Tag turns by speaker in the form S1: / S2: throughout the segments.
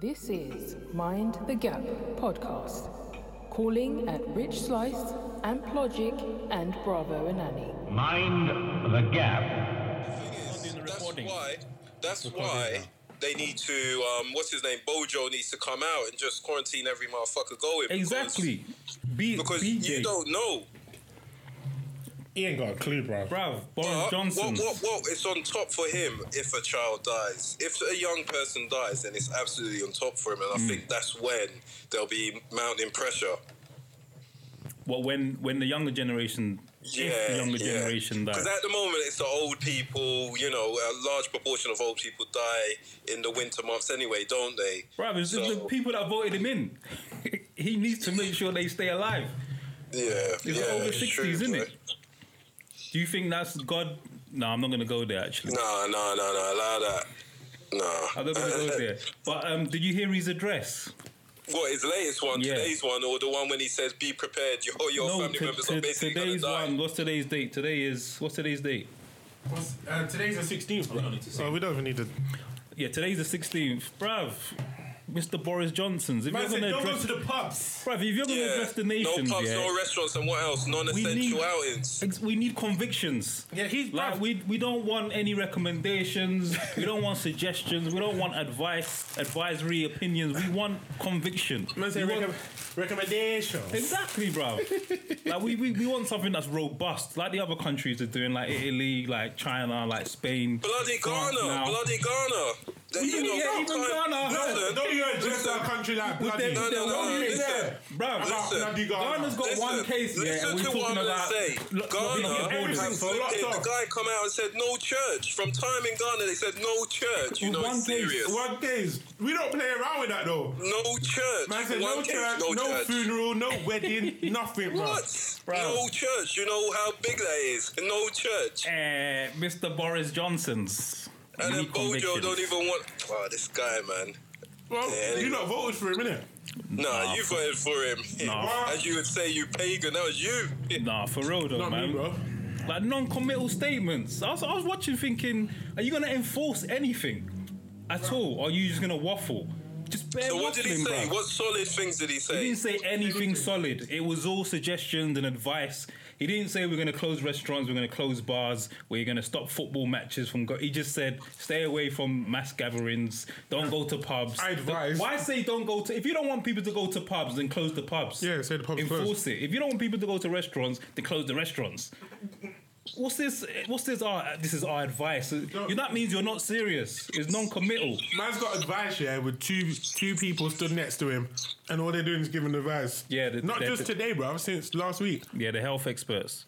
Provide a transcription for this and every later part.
S1: This is Mind the Gap podcast, calling at Rich Slice, Amplogic, and Bravo and Annie.
S2: Mind the gap.
S3: that's
S4: in the recording.
S3: why. That's
S4: recording
S3: why
S4: now.
S3: they need to. Um, what's his name? Bojo needs to come out and just quarantine every motherfucker going.
S4: Exactly. B,
S3: Because, because
S4: BJ.
S3: you don't know,
S5: He ain't got a clue, bro.
S4: Bruv, Boris
S3: Uh,
S4: Johnson.
S3: What, what, what? It's on top for him if a child dies. If a young person dies, then it's absolutely on top for him,
S4: Mm.
S3: and I think that's when there'll be mounting pressure.
S4: Well, when when the younger generation, if the younger generation dies.
S3: Because at the moment, it's the old people. You know, a large proportion of old people die in the winter months anyway, don't they?
S4: Bruv, it's just the
S3: So-
S4: people that voted him in. he needs to make sure they stay alive.
S3: Yeah,
S4: It's
S3: yeah,
S4: over
S3: it's
S4: 60s,
S3: true,
S4: isn't
S3: bro.
S4: it? Do you think that's God? No, I'm not going to go there, actually.
S3: No, no, no, no. Allow that.
S4: I'm not going to
S3: No.
S4: go there. But um, did you hear his address?
S3: what his latest one?
S4: Yeah.
S3: Today's one, or the one when he says, "Be prepared. Your your family
S4: to-
S3: members
S4: to-
S3: are basically gonna
S4: today's
S3: die."
S4: one. What's today's date? Today is. What's today's date?
S5: What's- Uh, today's the 16th,
S3: Oh,
S5: bro. So we don't even need to.
S4: Yeah, today's the 16th. Bruv, Mr. Boris Johnson's. If
S5: Man
S4: you're
S5: said,
S4: going to
S5: don't go
S4: address.
S5: to the pubs.
S4: Bruv, if you're going to address the nation,
S3: no pubs,
S4: yeah,
S3: no restaurants, and what else? Non-essential
S4: We need-
S3: outings.
S4: Ex- We need convictions.
S5: Yeah, he's
S4: Like
S5: bruv.
S4: we we don't want any recommendations. we don't want suggestions. We don't want advice, advisory opinions. We want conviction.
S5: Man said,
S4: We want-
S5: recom- recommendation.
S4: Exactly, bro. like we, we, we want something that's robust, like the other countries are doing, like Italy, like China, like Spain.
S3: Bloody
S4: France
S3: Ghana,
S4: now.
S3: bloody Ghana. That,
S4: Yeah, even
S3: sometime-
S4: Ghana.
S3: Listen,
S5: Don't you address our country like bloody.
S3: No, no, no,
S5: Don't you
S3: listen.
S5: dare.
S4: Bruv,
S5: About
S3: Listen.
S5: bloody Ghana.
S4: Ghana's got
S3: listen,
S4: one case, yeah,
S3: listen
S4: and we're
S3: to
S4: talking
S3: what I'm gonna
S4: about
S3: say.
S4: lo- locking up
S3: Ghana has
S4: borders.
S5: Everything's locked
S3: flipped it.
S5: off.
S3: The guy come out and said no church. From time in Ghana, they said no church. You
S4: With
S3: know,
S4: one
S3: it's
S4: case,
S3: serious.
S5: One case. We don't play around with that, though.
S3: No church.
S5: Man said,
S3: One
S5: no
S3: case,
S5: church,
S3: no
S5: no,
S3: church.
S5: funeral, no wedding, nothing, bro.
S3: What?
S4: Bro.
S3: No church. You know how big that is. No church.
S4: Eh, Mr. Boris Johnson's.
S3: And then
S4: unique
S3: Eh, Bojo
S4: convictions.
S3: don't even want. Oh, this guy, man.
S5: Well,
S3: Yeah,
S5: you
S3: anyway.
S5: not voted for him, innit?
S3: Nah,
S4: Nah,
S3: you voted for him.
S4: Nah.
S3: As you would say, you pagan. That was you.
S4: Nah, for real though,
S5: Not
S4: man.
S5: me, bro.
S4: Like non-committal statements. I was, I was watching, thinking, are you gonna enforce anything at all, or are you just gonna waffle? Just bare
S3: So what did he
S4: waffling,
S3: say?
S4: bruv.
S3: What solid things did he
S4: He
S3: say?
S4: didn't say anything solid. It was all suggestions and advice. He didn't say we're going to close restaurants, we're going to close bars, we're going to stop football matches from. Go- he just said stay away from mass gatherings. Don't go to pubs.
S5: I advise.
S4: Why say don't go to? If you don't want people to go to pubs, then close the pubs.
S5: Yeah, say the pub's
S4: Enforce
S5: closed.
S4: it. If you don't want people to go to restaurants, then close the restaurants. What's this? What's this? Our this is our advice. That means you're not serious. It's non-committal.
S5: Man's got advice, yeah, with two two people stood next to him, and all they're doing is giving advice.
S4: Yeah, the-
S5: not
S4: the-
S5: just
S4: the-
S5: today, bro. Since last week.
S4: Yeah, the health experts.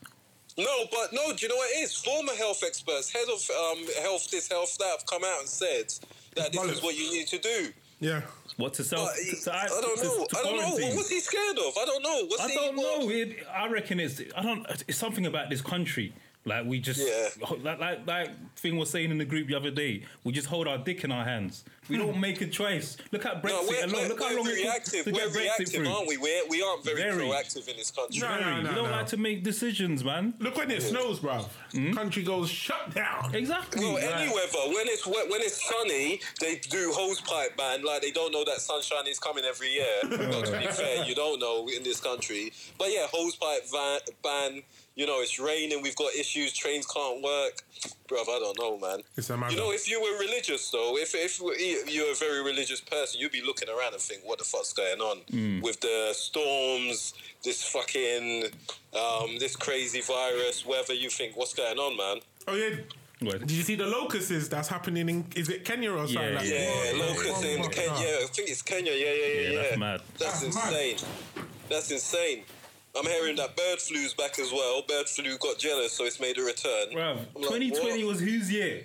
S3: No, but no, do you know what it is? Former health experts, head of um, health this, health that, have come out and said that this is
S5: Bollocks.
S3: what you need to do.
S5: Yeah.
S4: What to
S3: But
S4: self?
S3: he-
S4: to- to-
S3: Uh, I don't
S4: to-
S3: know.
S4: to
S3: I don't know.
S4: quarantine.
S3: What- What's he scared of? I don't know. What's
S4: I
S3: he
S4: don't
S3: what-
S4: know. It, I reckon it's. I don't. It's something about this country. Like we just,
S3: Yeah.
S4: like, like like thing was saying in the group the other day. We just hold our dick in our hands. We don't make a choice. Look at
S3: Hmm. No,
S4: Brexit
S3: we're,
S4: alone.
S3: we're,
S4: Look how long
S3: we're
S4: it took
S3: reactive.
S4: to
S3: We're
S4: get Brexit
S3: reactive,
S4: through.
S3: aren't we? We're, we aren't very,
S4: Very.
S3: proactive in this country.
S5: No, no,
S4: Very.
S5: no,
S4: we don't
S5: no.
S4: like to make decisions, man.
S5: Look when it snows, bro.
S4: Hmm?
S5: Country goes shut down.
S4: Exactly.
S3: No,
S4: Like,
S3: any weather. When it's wet, when it's sunny, they do hose pipe ban. Like they don't know that sunshine is coming every year. But to be fair, you don't know in this country. But yeah, hose pipe van, ban. You know, it's raining. We've got issues. Trains can't work. Bruv, I don't know, man.
S5: It's a matter.
S3: You know, if you were religious, though, if, if you're a very religious person, you'd be looking around and think, what the fuck's going on
S5: Hmm.
S3: with the storms, this fucking, um, this crazy virus, whether you think, what's going on, man?
S5: oh yeah.
S4: What?
S5: Did you see the locusts that's happening in? Is it Kenya or something?
S4: Yeah,
S5: like
S4: yeah,
S3: Yeah,
S5: that? Oh
S3: locusts in Kenya. I think it's Kenya. Yeah, yeah, yeah.
S4: Yeah,
S3: yeah.
S4: that's mad.
S3: That's,
S5: That's mad.
S3: insane. That's insane. I'm hearing that bird flu's back as well. Bird flu got jealous, so it's made a return.
S4: bruv,
S3: I'm like,
S4: 2020
S3: what?
S4: was whose year?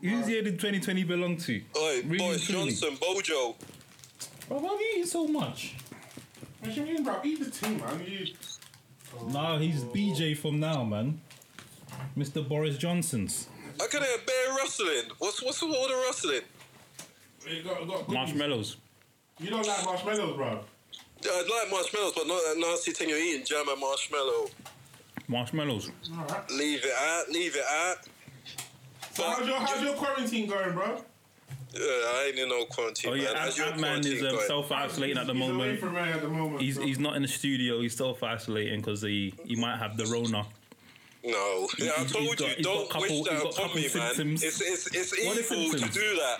S4: Whose year did 2020 belong to?
S3: Oi,
S4: Really
S3: Boris
S4: truly.
S3: Johnson, Bojo.
S4: Bro, why are you eating so much?
S5: What do you mean, bro? Eat the tea, man. You...
S4: Nah, he's BJ from now, man. Mr. Boris Johnson's.
S3: I could hear bear rustling. What's what's all the rustling?
S5: You got, got goodies.
S4: Marshmallows.
S5: You don't like marshmallows, bro.
S3: Yeah, I'd like marshmallows, but not that nasty thing you're eating, jam and marshmallow.
S4: Marshmallows.
S3: Leave it out, leave it out.
S5: So how's your how's your quarantine going, bro?
S3: Uh, I ain't in no quarantine,
S4: Oh yeah,
S3: man. How's your
S4: Ant Man
S3: quarantine
S4: is um,
S3: going?
S4: self isolating at the
S5: He's away
S4: moment.
S5: from her at the moment.
S4: He's
S5: so-
S4: he's not in the studio. He's self isolating because he he might have the Rona.
S3: No, yeah, I
S4: he's
S3: told
S4: got-
S3: you,
S4: he's
S3: don't
S4: got couple-
S3: wish
S4: he's
S3: that upon
S4: got couple
S3: me, man.
S4: symptoms.
S3: It's it's it's
S4: What are
S3: evil to
S4: symptoms?
S3: do that.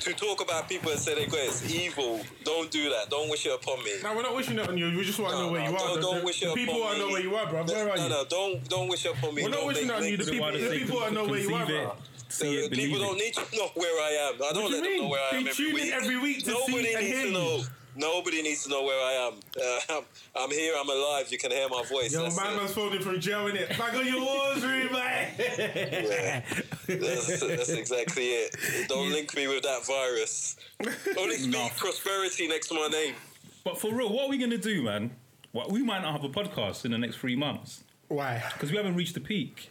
S3: To talk about people and say they got it's evil. Don't do that. Don't wish it upon me.
S5: No, we're not wishing it on you. We just want to know where you
S3: no,
S5: are.
S3: don't-
S5: The-
S3: don't
S5: the-
S3: wish
S5: the
S3: it upon
S5: people want to
S3: me.
S5: know where you are, bro. Where are
S3: no,
S5: you?
S3: no, don't don't wish it upon me.
S5: We're not
S3: Don't
S5: wishing
S3: make-
S5: it on you.
S3: make-
S5: The people,
S4: Why they
S5: the
S4: say
S5: people
S4: con-
S5: want to know where you are.
S4: conceive it,
S5: bro.
S4: See
S3: Uh,
S4: it, believe
S3: people
S4: it.
S3: don't need to know where I am. I don't
S5: do you
S3: let them
S5: mean?
S3: know where I am
S5: They
S3: every
S5: tune in
S3: week.
S5: every week to
S3: Nobody
S5: see and
S3: needs
S5: hear
S3: to
S5: you.
S3: know. Nobody needs to know where I am. Uh, I'm, I'm here. I'm alive. You can hear my voice.
S5: Yo,
S3: That's
S5: my
S3: it.
S5: man's phoning from jail, innit? Back on your walls, room, man.
S3: Yeah. That's, that's exactly it. Don't link me with that virus. Only speak
S4: No.
S3: prosperity next to my name.
S4: But for real, what are we gonna do, man? What we might not have a podcast in the next three months
S5: Why?
S4: because we haven't reached the peak.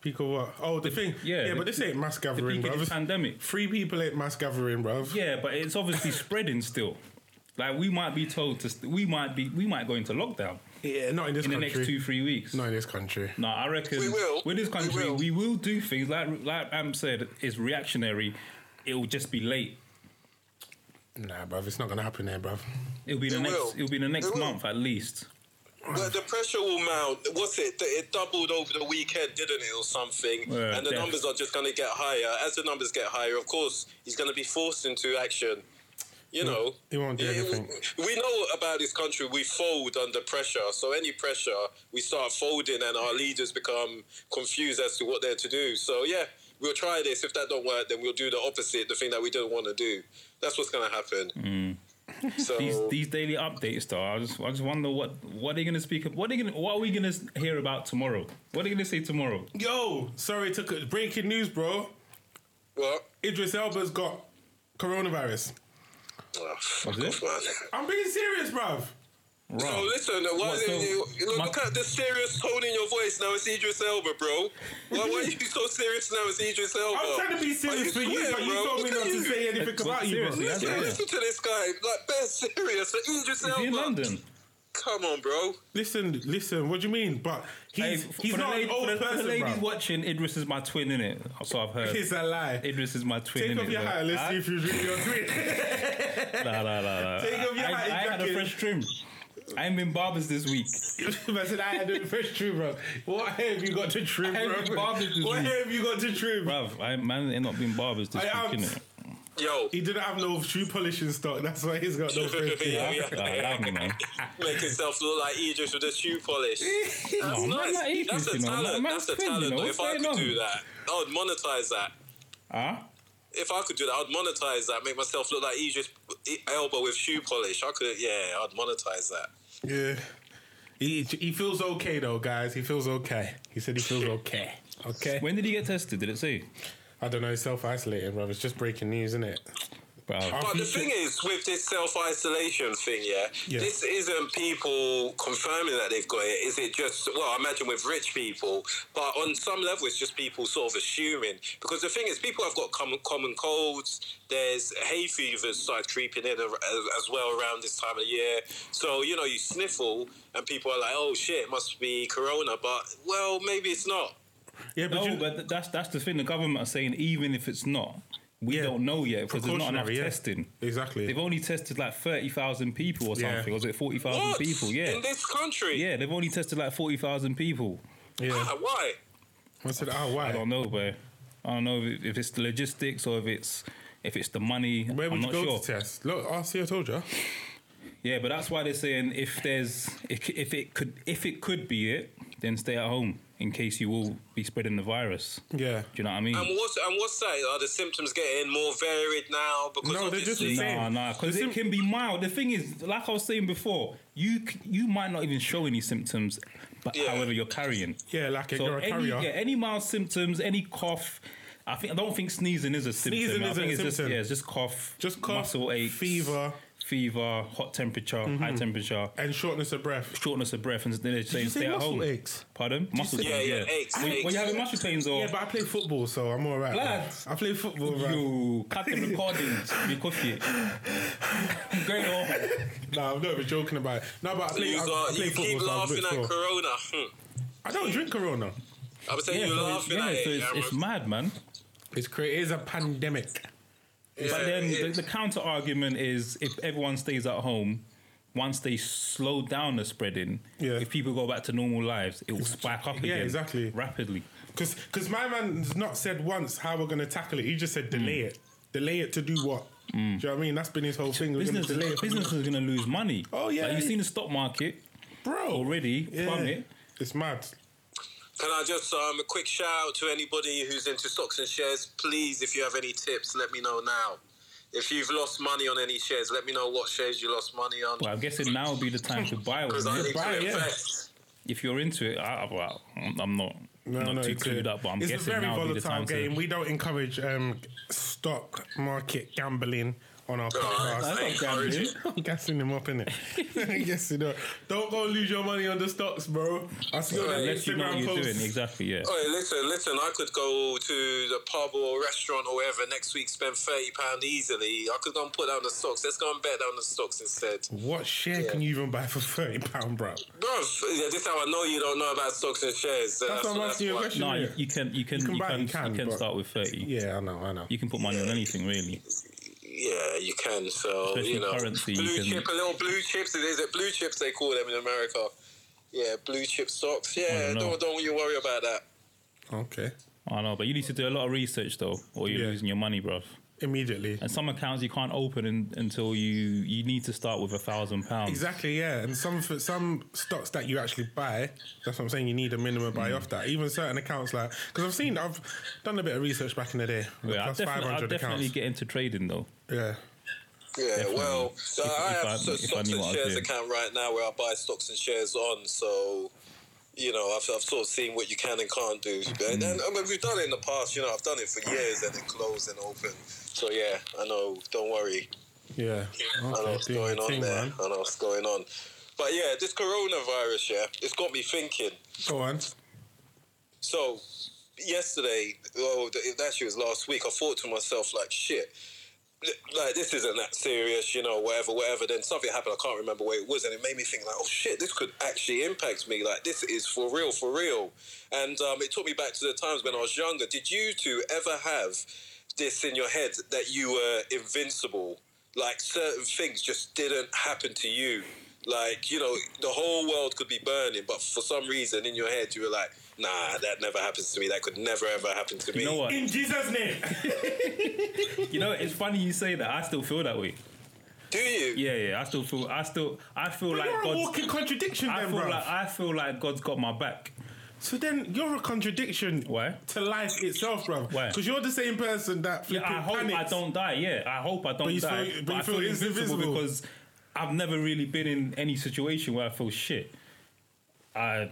S5: Peak of what? Oh, the thing.
S4: yeah,
S5: Yeah,
S4: the
S5: but this ain't mass
S4: The
S5: gathering,
S4: peak of
S5: bro.
S4: the pandemic.
S5: Three people ain't mass gathering, bro.
S4: Yeah, but it's obviously spreading still. Like we might be told to, st- we might be, we might go into lockdown
S5: Yeah, not in this
S4: in the
S5: country.
S4: next two, three weeks.
S5: Not in this country.
S4: No, I reckon
S3: We will.
S4: with this
S3: We
S4: country, we
S3: will.
S4: will, do things like like Am said. It's reactionary. It will just be late.
S5: Nah, bro. It's not gonna happen there, bro.
S4: It'll be the
S3: It
S4: next.
S3: will.
S4: It'll be the next
S3: It will.
S4: month at least.
S3: Well, the pressure will mount. What's it? It doubled over the weekend, didn't it, or something?
S4: Yeah,
S3: and the
S4: yeah.
S3: numbers are just going to get higher. As the numbers get higher, of course, he's going to be forced into action. You know,
S5: he won't do
S3: Yeah, it-
S5: anything.
S3: We know about this country. We fold under pressure. So any pressure, we start folding, and our leaders become confused as to what they're to do. So yeah, we'll try this. If that don't work, then we'll do the opposite, the thing that we don't want to do. That's what's going to happen. So
S4: These these daily updates, though, I just I just wonder what what they're gonna speak. Of, what they gonna what are we gonna hear about tomorrow? What are they gonna say tomorrow?
S5: Yo, sorry, took a breaking news, bro.
S3: well,
S5: Idris Elba's got coronavirus.
S3: oh, fuck
S4: Is
S3: off,
S4: it?
S3: man.
S5: I'm being serious, bruv.
S3: No, listen. Why,
S4: What, so-
S3: you, look,
S4: my-
S3: look at the serious tone in your voice now. It's Idris Elba, bro. Why, why are you so serious now? It's Idris Elba.
S5: I was trying to be serious for you,
S3: swear,
S5: but you
S3: bro.
S5: told me
S3: Look
S5: not
S3: at
S5: to
S3: you.
S5: say anything
S4: But
S5: about you, bro.
S4: seriously, that's-
S3: Listen,
S4: Yeah.
S3: listen to this guy. Like, best serious. Like, Idris
S4: Is
S3: Elba.
S4: he in London?
S3: Come on, bro.
S5: Listen, listen. What do you mean? But he's
S4: Hey, f-
S5: he's
S4: for the
S5: not
S4: lady-
S5: an old
S4: for the, for the
S5: person,
S4: ladies
S5: bruv.
S4: watching, Idris is my twin, innit? So I've heard.
S5: It's a lie.
S4: Idris is my twin.
S5: Take
S4: innit, ah,
S5: off your
S4: bro?
S5: hat. Let's
S4: Huh?
S5: see if you really are doing.
S4: Nah, nah, nah, nah.
S5: Take off your
S4: I,
S5: hat and
S4: I had a
S5: jacket.
S4: fresh trim. I'm in barbers this week.
S5: I said I had it first trim, bro. What hair have you got to trim,
S4: I haven't
S5: bro?
S4: bothered to
S5: What
S4: do.
S5: hair have you got to trim?
S4: Bruv, I man end up being barbers this
S5: I am-
S4: week, innit?
S3: Yo.
S5: He didn't have no shoe polishing stock. That's why he's got no first trim.
S3: Yeah, yeah.
S4: Nah, allow me, man.
S3: Make himself look like Idris with a shoe polish. That's
S4: No,
S3: nice.
S4: Oh, not like Idris,
S3: That's a
S4: you know.
S3: talent.
S4: Man's
S3: That's a
S4: twin, you
S3: talent.
S4: know.
S3: If I
S4: What's
S3: could
S4: going
S3: do
S4: on?
S3: that, I would monetize that.
S4: Huh?
S3: If I could do that, I'd monetize that. Make myself look like Idris Elba with shoe polish. I could, yeah, I'd monetize that.
S5: Yeah. He, he feels okay though, guys. He feels okay. He said he feels okay. Okay.
S4: When did he get tested? Did it say?
S5: I don't know. He's self isolating, bro. It's just breaking news, isn't it?
S4: Bruv.
S3: But the thing is, with this self isolation thing, yeah,
S5: Yeah.
S3: this isn't people confirming that they've got it. Is it just, well, I imagine with rich people, but on some level, it's just people sort of assuming. Because the thing is, people have got common, common colds. There's hay fevers start creeping in a- a- as well around this time of year. So, you know, you sniffle and people are like, oh shit, it must be corona. But, well, maybe it's not.
S5: Yeah, but,
S4: No,
S5: you,
S4: but th- that's that's the thing. The government are saying even if it's not, we
S5: Yeah.
S4: don't know yet because there's not enough
S5: Precautionary, yeah.
S4: testing.
S5: exactly.
S4: They've only tested like thirty thousand people or
S5: Yeah.
S4: something. Or was it forty thousand
S3: What?
S4: people? Yeah,
S3: In this country?
S4: yeah. They've only tested like forty thousand people.
S5: yeah.
S3: Ah, Why?
S5: I said, oh,
S4: I
S5: why?
S4: don't know, bro. I don't know if, it- if it's the logistics or if it's if it's the money.
S5: Where would
S4: I'm
S5: you
S4: not
S5: go
S4: sure.
S5: to test? Look, oh, see, I told you.
S4: Yeah, but that's why they're saying if there's if, if it could if it could be it, then stay at home in case you will be spreading the virus. Do
S5: Yeah.
S4: you know what I mean?
S3: And what's and what's that? Are the symptoms getting more varied now? Because
S5: No, they're just the
S3: obviously-
S5: same.
S4: Nah, nah, because
S5: The
S4: it
S5: sim-
S4: can be mild. The thing is, like I was saying before, you c- you might not even show any symptoms, but
S3: Yeah.
S4: however you're carrying.
S5: Yeah, like
S4: So
S5: you're a
S4: any
S5: carrier.
S4: yeah, any mild symptoms, any cough. I think I don't think sneezing is a symptom.
S5: Sneezing
S4: I
S5: isn't
S4: think
S5: a
S4: it's just
S5: symptom.
S4: yeah, it's just cough,
S5: Just cough,
S4: muscle aches,
S5: fever. Mm-hmm.
S4: fever, hot temperature, high temperature,
S5: And shortness of breath.
S4: shortness of breath, and then they're saying
S5: you say
S4: stay at
S5: muscle
S4: home.
S5: aches?
S4: Pardon? Muscle
S3: say-
S4: pains.
S3: Yeah, yeah,
S4: yeah.
S3: aches,
S4: When, when
S3: aches.
S4: you having muscle pains or
S5: Yeah, but I play football, so I'm all right. bro.
S4: Lads.
S5: I play football, bro.
S4: you cut the recordings, be coffee. Going off.
S5: No, I'm not even joking about it. No, but I play, I,
S3: You,
S5: I
S3: are,
S5: play
S3: you
S5: football.
S3: keep
S5: so I was a
S3: laughing
S5: bit
S3: at
S5: sore.
S3: Corona. Hmm.
S5: I don't drink Corona.
S3: I'm saying
S4: Yeah,
S3: you're
S4: so it's-
S3: laughing
S4: yeah,
S3: at
S4: so
S3: it.
S4: it's,
S3: Aaron.
S4: it's mad, man.
S5: It's cra- it is a pandemic.
S4: but
S3: Yeah,
S4: then the,
S3: it-
S4: the counter argument is if everyone stays at home, once they slow down the spreading,
S5: Yeah.
S4: if people go back to normal lives, it will spike up
S5: yeah,
S4: again
S5: exactly.
S4: rapidly.
S5: Because my man's not said once how we're going to tackle it. He just
S4: Mm.
S5: said delay it. Delay it to do what? Do you know what I mean? That's been his whole thing. We're gonna
S4: Business,
S5: delay it.
S4: business is going to lose money.
S5: Oh, yeah.
S4: like, you've seen the stock market
S5: Bro.
S4: already
S5: Yeah.
S4: plummet.
S5: It's mad.
S3: Can I just um a quick shout out to anybody who's into stocks and shares? Please, if you have any tips, let me know now. If you've lost money on any shares, let me know what shares you lost money on.
S4: Well, I'm guessing now would be the time to buy one.
S3: Because I
S4: isn't
S3: need
S4: it?
S5: buy it,
S3: to
S5: yeah.
S3: invest.
S4: If you're into it, I, I- well, I'm I'm not, not too
S5: it's
S4: clued
S5: a-
S4: up, but I'm
S5: it's a
S4: guessing
S5: very
S4: now would be the
S5: volatile
S4: time
S5: game.
S4: to.
S5: We don't encourage um, stock market gambling on our podcast.
S3: I
S4: That's not
S3: encourage
S4: gambling.
S3: it.
S5: I'm gassing him up, innit? yes, you know. Don't go lose your money on the stocks, bro. I see on that
S4: Unless you know what
S5: Instagram Oh,
S4: you're doing,
S5: post.
S4: exactly, yeah.
S3: Oi, listen, listen. I could go to the pub or restaurant or wherever next week, spend thirty pound easily. I could go and put down the stocks. Let's go and bet down the stocks instead,
S5: What share can you even buy for thirty pound, bro?
S3: bro. This is how I know you don't know about stocks and shares. uh,
S5: That's why I'm asking you a
S3: why.
S5: question.
S4: No,
S5: Yeah.
S4: you, you can you can you
S5: can
S4: can, you
S5: buy-
S4: can,
S5: you can, but-
S4: start with thirty.
S5: Yeah, I know, I know.
S4: You can put money on anything really.
S3: Yeah, you can. So
S4: Especially
S3: you know,
S4: currency, you
S3: blue
S4: can-
S3: chip, a little blue chips. It is it blue chips they call them in America. Yeah, blue chip stocks. Yeah,
S4: don't know.
S3: don't don't you worry about that.
S5: Okay.
S4: I know, but you need to do a lot of research though, or you're
S5: Yeah.
S4: losing your money, bruv.
S5: Immediately.
S4: And some accounts you can't open in, until you you need to start with a thousand pounds.
S5: Exactly, yeah. And some for some stocks that you actually buy, that's what I'm saying. You need a minimum buy off that. Even certain accounts, like because I've seen, I've done a bit of research back in the day.
S4: Yeah, I
S5: plus
S4: definitely,
S5: five
S4: I'll
S5: hundred
S4: definitely
S5: accounts.
S4: get into trading though.
S5: Yeah,
S3: Yeah,
S4: Definitely.
S3: well, so
S4: If-
S3: I
S4: if
S3: have
S4: I-
S3: a
S4: if I
S3: stocks
S4: knew
S3: and
S4: what I was
S3: shares
S4: doing.
S3: account right now where I buy stocks and shares on. So, you know, I've, I've sort of seen what you can and can't do. And,
S4: Mm.
S3: and I mean, we've done it in the past. You know, I've done it for years and then closed and open. So yeah, I know. Don't worry.
S5: yeah.
S3: I know
S5: Okay,
S3: what's
S5: doing your
S3: going on
S5: thing,
S3: there.
S5: man.
S3: I know what's going on. But yeah, this coronavirus, yeah, it's got me thinking.
S5: Go on.
S3: So yesterday, oh, th- it actually was last week. I thought to myself, like, shit, th- like this isn't that serious, you know, whatever, whatever. Then something happened. I can't remember where it was, and it made me think, like, oh shit, this could actually impact me. Like, this is for real, for real. And um, it took me back to the times when I was younger. Did you two ever have this in your head that you were invincible? Like certain things just didn't happen to you. Like, you know, the whole world could be burning, but for some reason in your head you were like, nah, that never happens to me. That could never ever happen to me.
S4: You know what?
S5: In Jesus' name.
S4: You know it's funny you say that. I still feel that way.
S3: Do you?
S4: Yeah, yeah. I still feel. I still. I feel
S5: But
S4: like
S5: you're a
S4: God's.
S5: walking contradiction,
S4: I
S5: then,
S4: feel
S5: bro.
S4: like I feel like God's got my back.
S5: so then you're a contradiction.
S4: Why?
S5: To life itself, bro.
S4: Why?
S5: Because you're the same person that
S4: Yeah,
S5: flipping
S4: I hope I
S5: panics.
S4: don't die. Yeah, I hope I don't
S5: you feel-
S4: die.
S5: but
S4: but
S5: you
S4: I feel,
S5: feel it's
S4: invincible,
S5: invisible.
S4: because I've never really been in any situation where I feel shit. I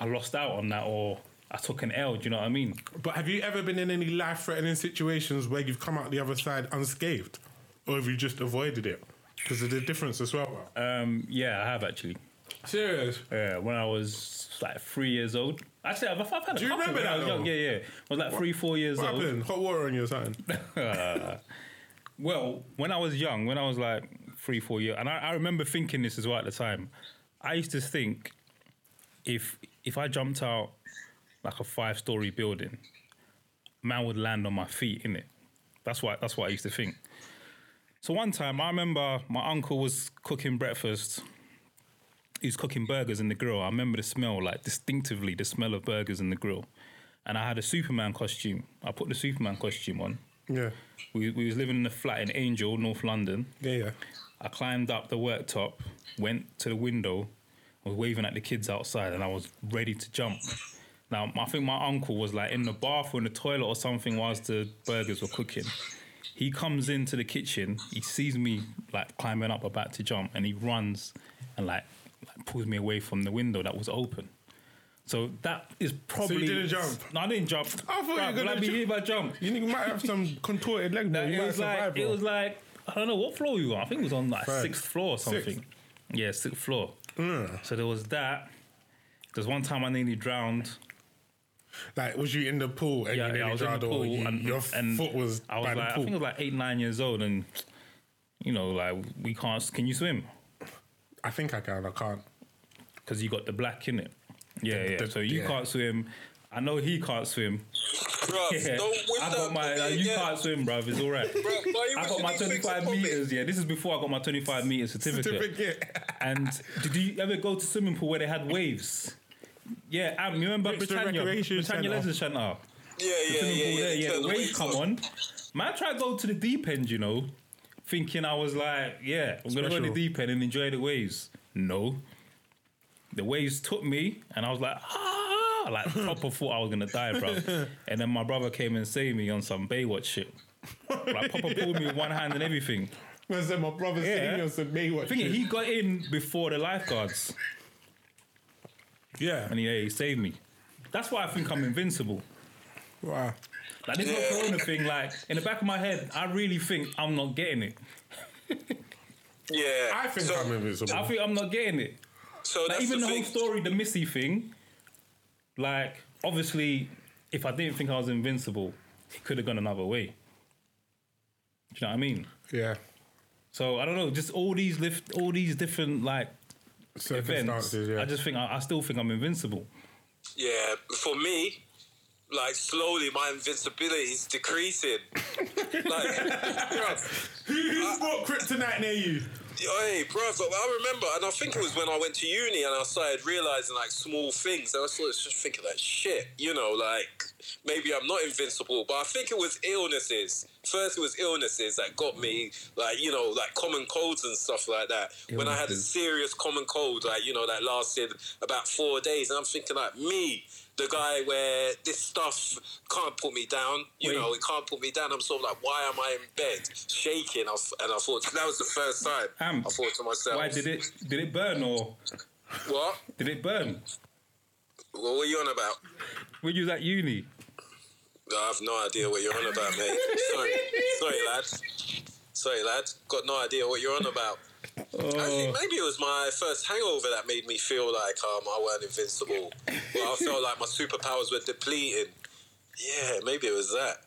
S4: I lost out on that, or I took an L. Do you know what I mean?
S5: But have you ever been in any life-threatening situations where you've come out the other side unscathed, or have you just avoided it? Because of the difference as well. bro.
S4: Um, yeah, I have actually.
S5: Serious.
S4: Yeah, when I was like three years old. Actually, I've, I've had a
S5: Do you
S4: couple
S5: remember
S4: when I
S5: that
S4: was young.
S5: though?
S4: Yeah, yeah. I was like three, four years
S5: What
S4: old.
S5: happened? Hot water on your side.
S4: Well, when I was young, when I was like three, four years, and I, I remember thinking this as well at the time. I used to think if if I jumped out like a five story building, man would land on my feet, innit? That's why that's what I used to think. So one time I remember my uncle was cooking breakfast. He was cooking burgers in the grill. I remember the smell, like distinctively the smell of burgers in the grill. And I had a Superman costume. I put the Superman costume on.
S5: Yeah.
S4: We, we was living in a flat in Angel, North London.
S5: Yeah, yeah.
S4: I climbed up the worktop, went to the window, was waving at the kids outside, and I was ready to jump. Now, I think my uncle was like in the bath or in the toilet or something whilst the burgers were cooking. He comes into the kitchen, he sees me like climbing up, about to jump, and he runs and like, like pulls me away from the window that was open. So that is probably.
S5: didn't jump?
S4: No, I didn't jump.
S5: I thought you were
S4: Bruh,
S5: gonna
S4: let me
S5: ju-
S4: hear my jump.
S5: You think you might have some contorted leg
S4: No,
S5: there. You
S4: it
S5: might
S4: was
S5: survive,
S4: like it
S5: bro.
S4: was like I don't know what floor you were. on. I think it was on like
S5: Right.
S4: sixth floor or something. Yeah, sixth floor. So there was that. There's one time I nearly drowned.
S5: Like, was you in the pool and
S4: Yeah, yeah,
S5: you nearly
S4: I was in the
S5: drowned, or
S4: pool
S5: you-
S4: and,
S5: your
S4: and
S5: foot was
S4: I was
S5: by
S4: like, I
S5: the
S4: think I
S5: pool?
S4: was like eight, nine years old, and you know, like we can't. Can you swim?
S5: I think I can. I can't.
S4: Because you got the black in it. Yeah, yeah.
S5: the-
S4: so you
S5: yeah.
S4: can't swim. I know he can't swim.
S3: Bruv,
S4: Yeah.
S3: don't wish
S4: I
S3: that
S4: got my.
S3: on
S4: uh,
S3: me
S4: you
S3: again.
S4: can't swim, bruv. It's all right.
S3: Bruv, why you
S4: I got
S3: wishing
S4: my
S3: these things
S4: 25
S3: upon me?
S4: meters. Yeah, this is before I got my 25 meter certificate.
S5: Certificate.
S4: And did you ever go to swimming pool where they had waves? Yeah, Am, you remember
S5: Brixton
S4: Britannia?
S5: Recreation
S4: Britannia
S5: Centre.
S4: Leisure Centre.
S3: Yeah, yeah,
S4: Swimming
S3: yeah,
S4: pool
S3: yeah.
S4: there, yeah.
S3: turn
S4: The
S3: the
S4: waves
S3: weights
S4: come
S3: up.
S4: on. Man, I tried to go to the deep end, you know, thinking I was like, yeah, I'm going to go to the
S5: Special.
S4: deep end and enjoy the waves. No. The waves took me, and I was like, ah, like proper thought I was going to die, bro. and then my brother came and saved me on some Baywatch shit. Like, Papa pulled me with one hand and everything.
S5: Man said my brother
S4: Yeah.
S5: yeah. on some Baywatch.
S4: Thinking
S5: shit.
S4: he got in before the lifeguards.
S5: yeah.
S4: and yeah, he saved me. That's why I think I'm invincible.
S5: Wow.
S4: Like this whole corona thing, like in the back of my head, I really think I'm not getting it.
S3: Yeah.
S5: I think
S3: so,
S5: I'm invincible.
S4: I think I'm not getting it.
S3: So
S4: Like
S3: that's
S4: even the,
S3: the,
S4: whole
S3: thing.
S4: story, the Missy thing, like obviously, if I didn't think I was invincible, it could have gone another way. Do you know what I mean?
S5: yeah.
S4: So I don't know, just all these lift, all these different like events.
S5: Circumstances, yeah.
S4: I just think I, I still think I'm invincible.
S3: Yeah, for me, like slowly my invincibility is decreasing. like, bruv,
S5: Who's brought kryptonite near you?
S3: hey, bruv, I remember, and I think it was when I went to uni and I started realizing like small things, and I started just thinking like, shit, you know, like maybe I'm not invincible, but I think it was illnesses. First, it was illnesses that got me, like you know, like common colds and stuff like that. When I had a
S4: Illnesses.
S3: serious common cold, like you know, that lasted about four days, and I'm thinking like me, the guy where this stuff can't put me down. You
S4: Wait.
S3: know, it can't put me down. I'm sort of like, why am I in bed shaking? I f- and I thought that was the first time.
S4: Um,
S3: I thought to myself,
S4: Why did it? Did it burn or
S3: What?
S4: did it burn?
S3: What were you on about?
S4: When you was at uni,
S3: I have no idea what you're on about, mate. Sorry, sorry, lad. Sorry, lad. Got no idea what you're on about.
S4: Oh.
S3: Actually, maybe it was my first hangover that made me feel like um, I weren't invincible. Well, I felt like my superpowers were depleting. Yeah, maybe it was that.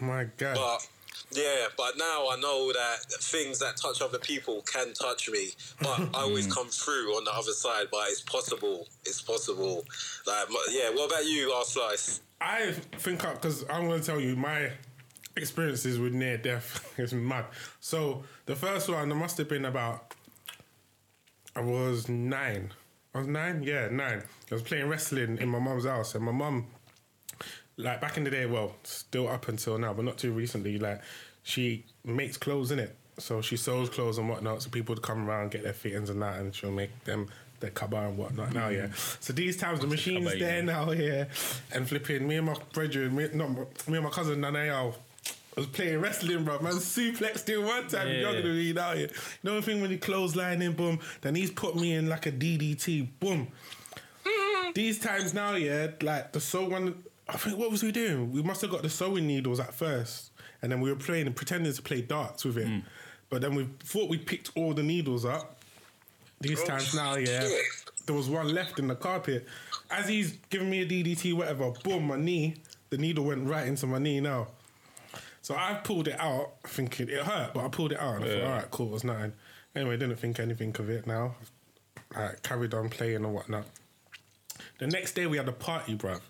S5: My God.
S3: But yeah, but now I know that things that touch other people can touch me, but I always come through on the other side. But it's possible. It's possible. Like my- yeah. What about you, R Slice?
S5: I think up because I'm going to tell you my experiences with near death is mad. So the first one, I must have been about, I was nine. I was nine, yeah, nine. I was playing wrestling in my mum's house, and my mum, like back in the day, well, still up until now, but not too recently. Like she makes clothes in it, so she sews clothes and whatnot, so people would come around get their fittings and that, and she'll make them their cover and whatnot. Now, yeah. So these times the machine's
S4: kabah, you
S5: there
S4: mean?
S5: now out here and flipping. Me and my brethren, me, not my- me and my cousin Nanao, was playing wrestling, bro. Man, suplexed him one time.
S4: Yeah.
S5: You're gonna be out here. You know the thing when he clothesline in, boom. Then he's put me in like a DDT, boom. These times now, yeah, like the sew one. I think what was we doing? We must have got the sewing needles at first, and then we were playing and pretending to play darts with it. But then we thought we picked all the needles up. These times now, yeah. There was one left in the carpet. As he's giving me a DDT, whatever, boom, my knee, the needle went right into my knee now. So I pulled it out thinking it hurt, but I pulled it out and I thought, all right, cool, it was nothing. Anyway, didn't think anything of it now. Like, carried on playing and whatnot. The next day we had a party, bruv.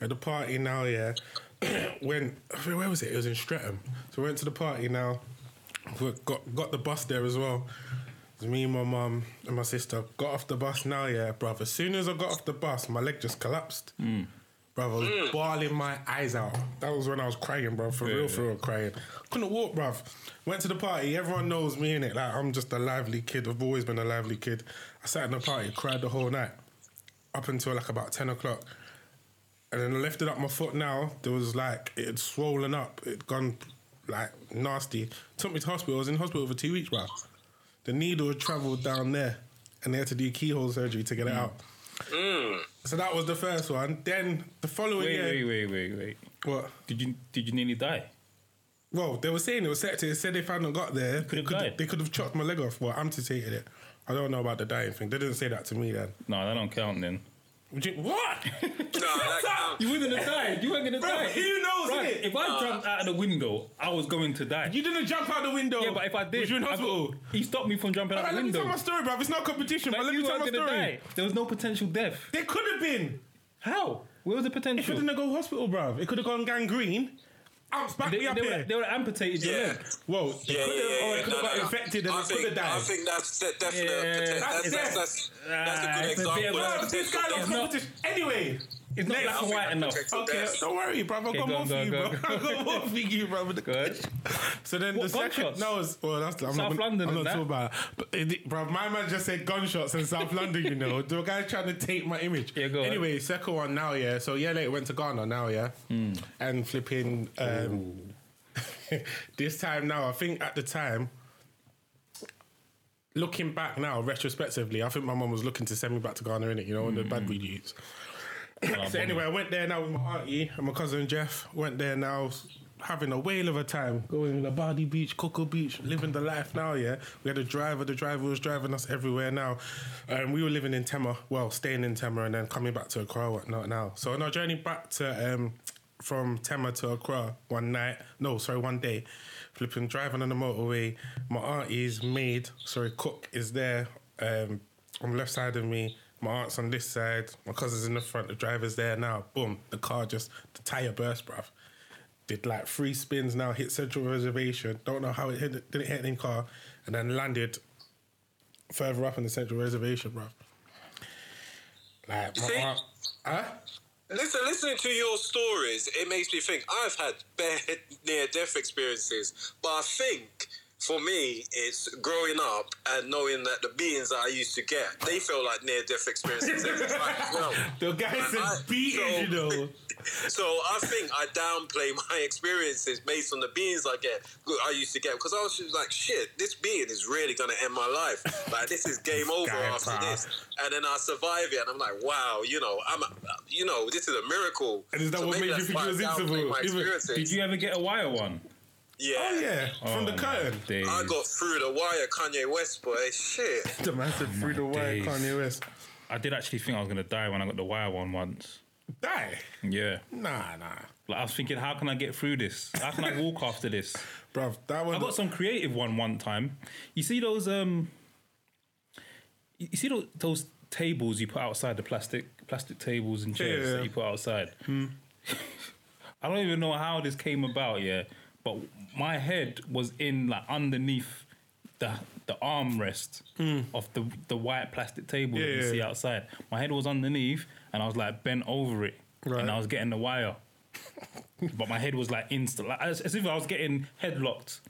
S5: At the party now, yeah. went where was it? It was in Streatham. So we went to the party now. We Got got the bus there as well. It was me, my mum, and my sister got off the bus now, yeah, bruv. As soon as I got off the bus, my leg just collapsed. Bruv, I was bawling my eyes out. That was when I was crying, bruv, for real, for real crying. Couldn't walk, bruv. Went to the party, everyone knows me in it. Like, I'm just a lively kid. I've always been a lively kid. I sat in the party, cried the whole night up until like about 10 o'clock. And then I lifted up my foot now. There was like, it had swollen up. It had gone like nasty. Took me to hospital. I was in hospital for two weeks, bro. The needle had traveled down there and they had to do keyhole surgery to get
S4: Mm.
S5: it out. So that was the first one. Then the following
S4: wait,
S5: year.
S4: wait, wait, wait, wait.
S5: What?
S4: Did you did you nearly die?
S5: Well, they were saying it was septic. They said if I hadn't got there,
S4: could've
S5: they
S4: died.
S5: could- they could have chopped my leg off. Well, amputated it. I don't know about the dying thing. They didn't say that to me then.
S4: No, that don't count then.
S5: Would you- what?
S3: No, that counts.
S4: You wouldn't have died. You weren't gonna
S5: Bro,
S4: die.
S5: who knows,
S4: Bruh,
S5: innit?
S4: If I jumped out of the window, I was going to die.
S5: You didn't jump out the window.
S4: yeah, but if I did,
S5: was you in
S4: I got-
S5: hospital?
S4: he stopped me from jumping out
S5: Alright,
S4: the
S5: let me
S4: window.
S5: tell my story, bruv. It's not a competition,
S4: Like,
S5: but let
S4: you
S5: me tell my
S4: weren't
S5: story.
S4: gonna die. There was no potential death.
S5: There could have been.
S4: How? Where was the
S5: If it
S4: potential?
S5: didn't go hospital, bruv, it could have gone gangrene. Outs back
S4: They,
S5: me up
S4: they were,
S5: here.
S4: they were amputated your
S3: Yeah.
S4: leg.
S5: Whoa, it
S3: Yeah,
S5: could
S3: yeah,
S5: have,
S3: yeah,
S5: or
S3: yeah.
S5: it could have
S3: No,
S5: got
S3: no, no.
S5: infected and
S3: I
S5: it could have
S3: think, I
S5: died.
S3: think that's de- definitely
S4: Yeah,
S3: poten- that's,
S5: that's
S3: that's,
S5: it.
S3: that's, that's a
S4: Ah,
S3: good
S4: it's a
S3: example.
S4: bit
S3: that's
S4: of a-
S5: Bruv,
S3: potential
S5: this guy
S3: death.
S5: don't
S4: not-
S5: competition. Anyway,
S4: It's not
S5: Next.
S4: black and white enough.
S3: Potential
S5: Okay,
S3: death.
S5: don't worry, bruv. I've
S4: Okay,
S5: got
S4: go
S5: more
S4: on,
S5: for
S4: go
S5: you,
S4: on,
S5: bruv.
S4: go
S5: I've got more for you, bruv.
S4: Good.
S5: So then
S4: What,
S5: the
S4: gunshots?
S5: second, no, it's, well, that's I'm
S4: South
S5: not,
S4: London
S5: I'm
S4: and
S5: not
S4: that.
S5: talking about, it. but it, bruv, my man just said gunshots in South London. You know, the guy's trying to take my image.
S4: Yeah, go on.
S5: Anyway, second one now, yeah. So yeah, they went to Ghana now, yeah,
S4: Hmm.
S5: and flipping. Um, this time now, I think at the time. Looking back now, retrospectively, I think my mum was looking to send me back to Ghana, innit? You know, on the
S4: Hmm.
S5: bad reviews. So anyway, I went there now with my auntie and my cousin Jeff. Went there now, s- having a whale of a time. Going to Bardi Beach, Cocoa Beach, living the life now. Yeah, we had a driver. The driver was driving us everywhere now. Um, we were living in Tema, well, staying in Tema and then coming back to Accra, whatnot. Now, so on our journey back to um, from Tema to Accra one night, no, sorry, one day, flipping driving on the motorway. My auntie's maid, sorry, cook is there. Um, on the left side of me, my aunt's on this side, my cousin's in the front, the driver's there now. Boom, the car just, the tyre burst, bruv. Did like three spins now, hit central reservation, don't know how it hit, didn't hit any car, and then landed further up in the central reservation, bruv. Like, my
S3: See?
S5: aunt, huh?
S3: Listen, listening to your stories, it makes me think I've had bad near death experiences, but I think for me, it's growing up and knowing that the beings that I used to get, they feel like near death experiences every time as well.
S5: The guy
S3: I- I-
S5: said, beat it, you
S3: so-
S5: know.
S3: So I think I downplay my experiences based on the beings I get. I used to get because I was just like, shit, this being is really gonna end my life. Like this is game over
S5: guy,
S3: after
S5: pal.
S3: this. And then I survive it, and I'm like, wow, you know, I'm, you know, this is a miracle.
S5: And is that
S3: So
S5: what
S3: maybe
S5: made you
S3: that's
S5: think
S3: why
S5: it was
S3: I downplay
S5: interval?
S3: My
S5: Even-
S3: experiences.
S4: Did you ever get a wire one?
S3: yeah.
S5: Oh, yeah, from the
S4: Oh, my
S5: curtain.
S4: days.
S3: I got through the wire, Kanye West, boy. Shit.
S5: The man said, through the wire,
S4: days.
S5: Kanye West.
S4: I did actually think I was gonna die when I got the wire one once.
S5: Die.
S4: Yeah.
S5: Nah, nah.
S4: Like I was thinking, how can I get through this? How can I walk after this?
S5: Bruv, that one.
S4: I got some creative one one time. You see those um, you you see those, those tables you put outside the plastic plastic tables and chairs
S5: Yeah. Hmm.
S4: that you put outside. I don't even know how this came about, yeah. But my head was in like underneath the the armrest of the the white plastic table that you
S5: Hmm. Yeah.
S4: see outside. My head was underneath, and I was like bent over it,
S5: Right.
S4: and I was getting the wire. But my head was like instant, like, as, as if I was getting headlocked.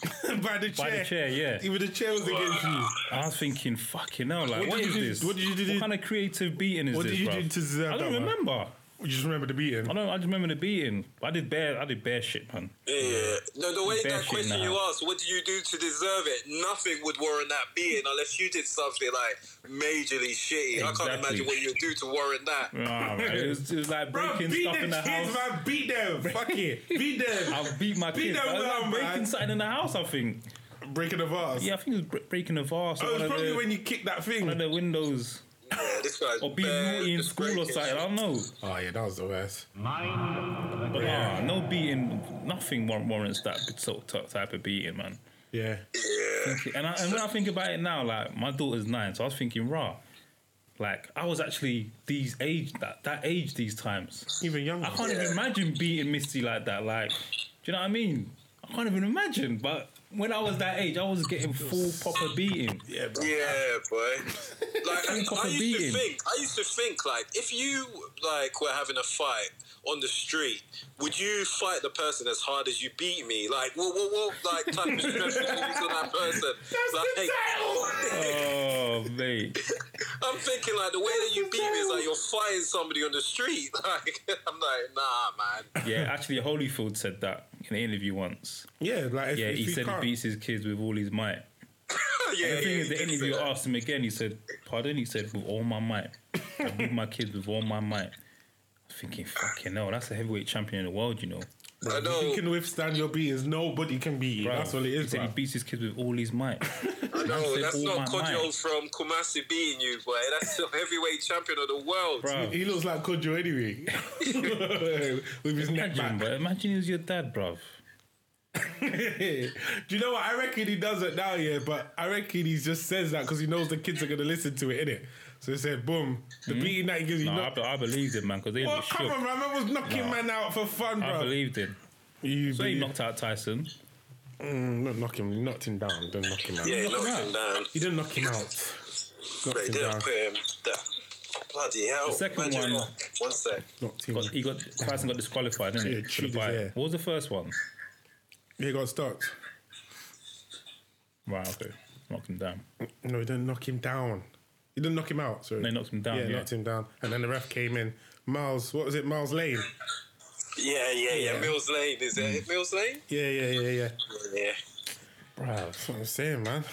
S5: by the
S4: By
S5: chair.
S4: the chair, yeah.
S5: Even the chair was against you.
S4: I was thinking, fucking hell, like,
S5: What
S4: what
S5: did
S4: is
S5: you do-
S4: this?
S5: what did you do-
S4: What kind of creative beating is
S5: What
S4: this?
S5: did you
S4: bruv?
S5: do to deserve
S4: I don't
S5: that, man?
S4: remember.
S5: You just remember the beating.
S4: I don't. I just remember the beating. I did bear. I did bear shit, man.
S3: Yeah. No, the way
S4: Bear
S3: that
S4: shit
S3: question
S4: now.
S3: you asked, what do you do to deserve it? Nothing would warrant that being unless you did something like majorly shitty. I
S4: Exactly.
S3: can't imagine what you'd do to warrant that.
S4: Nah, man, It, was, it was like
S5: Bro,
S4: breaking
S5: beat
S4: stuff
S5: them
S4: in the
S5: kids,
S4: house.
S5: man. Beat them. Fuck it. Beat them.
S4: I beat my
S5: Beat
S4: kids.
S5: them
S4: I was
S5: well,
S4: like breaking
S5: man.
S4: something in the house. I think.
S5: Breaking the vase.
S4: Yeah, I think it was bre- breaking a vase. or
S5: Oh, it
S4: one
S5: was
S4: of
S5: probably
S4: the,
S5: when you kicked that
S4: one of
S5: thing.
S4: the windows,
S3: Yeah, this guy's
S4: or being
S3: bad,
S4: naughty in
S3: just
S4: school or
S3: breaking
S4: something. I
S3: shit.
S4: don't know.
S5: Oh, yeah, that was the worst.
S2: Mind the
S4: But
S2: gap.
S4: nah, no beating. Nothing war- warrants that sort of type of beating, man.
S5: Yeah.
S4: And, I, and when I think about it now, like my daughter's nine, so I was thinking, rah, like I was actually these age that that age these times.
S5: Even younger.
S4: I can't even imagine beating Misty like that. Like, do you know what I mean? I can't even imagine. But when I was that age, I was getting full proper beating.
S5: Yeah, bro.
S3: Yeah, boy. Like
S4: Think of
S3: I
S4: a
S3: used
S4: beating.
S3: to think, I used to think like if you like were having a fight on the street, would you fight the person as hard as you beat me? Like what, what, what like type of stress would you use on that person? like,
S4: Oh, mate.
S3: I'm thinking like the way that you beat me is like you're fighting somebody on the street. Like I'm like, nah, man.
S4: Yeah, actually, Holyfield said that in an interview once.
S5: Yeah, like, if,
S4: Yeah,
S5: if
S4: he
S5: you
S4: said he
S5: can't,
S4: beats his kids with all his might.
S3: yeah,
S4: The thing
S3: yeah,
S4: is,
S3: you
S4: the
S3: did say
S4: interviewer
S3: that.
S4: asked him again. He said, "Pardon?" He said, "With all my might, I beat my kids with all my might." I'm thinking, "Fucking hell, that's a heavyweight champion in the world, you know."
S3: I
S5: if you
S3: know,
S5: can withstand your beatings, nobody can beat you.
S4: Bro,
S5: That's all it
S4: He
S5: is,
S4: said he
S5: bro.
S4: beats his kids with all his might.
S3: I know.
S4: said
S3: That's
S4: all
S3: not
S4: my
S3: Kodjo
S4: mind.
S3: from Kumasi beating you, boy. That's the heavyweight champion of the world.
S4: Bro,
S5: He looks like Kojo anyway. With his neck
S4: imagine,
S5: back.
S4: bro. Imagine he was your dad, bruv.
S5: Do you know what? I reckon he does it now, yeah, but I reckon he just says that because he knows the kids are going to listen to it, innit? So they said, boom, the beating that he gives you.
S4: No,
S5: knock-
S4: Hmm? I, I believed him, man, because they
S5: oh,
S4: looked
S5: come
S4: shook.
S5: on, man. I was knocking
S4: Nah.
S5: man out for fun, bro.
S4: I believed him.
S5: You
S4: So he
S5: believe-
S4: knocked out Tyson.
S5: Mm, not knock him, he knocked him down. Don't knock him out.
S3: Yeah,
S5: You
S3: he knocked him down.
S5: He didn't knock him out. Knocked
S3: They
S5: him
S3: didn't
S5: down.
S3: put him. down. Bloody hell.
S4: The second
S3: Imagine
S4: one-
S3: that. One sec.
S5: Knocked him.
S4: Got, he got Tyson got disqualified, didn't he?
S5: Yeah,
S4: for the
S5: cheated,
S4: fight.
S5: yeah.
S4: What was the first one?
S5: He got stopped.
S4: Right, okay, knocked him down.
S5: No, he didn't knock him down. He didn't knock him out. Sorry.
S4: They knocked him down, yeah.
S5: knocked him down. And then the ref came in. Miles, what was it? Miles Lane.
S3: Yeah, yeah, yeah.
S5: Yeah.
S3: Mills Lane, is
S4: Mm.
S3: it? Mills Lane?
S5: Yeah, yeah, yeah, yeah.
S3: Yeah.
S4: Bruh.
S5: That's what I'm saying, man.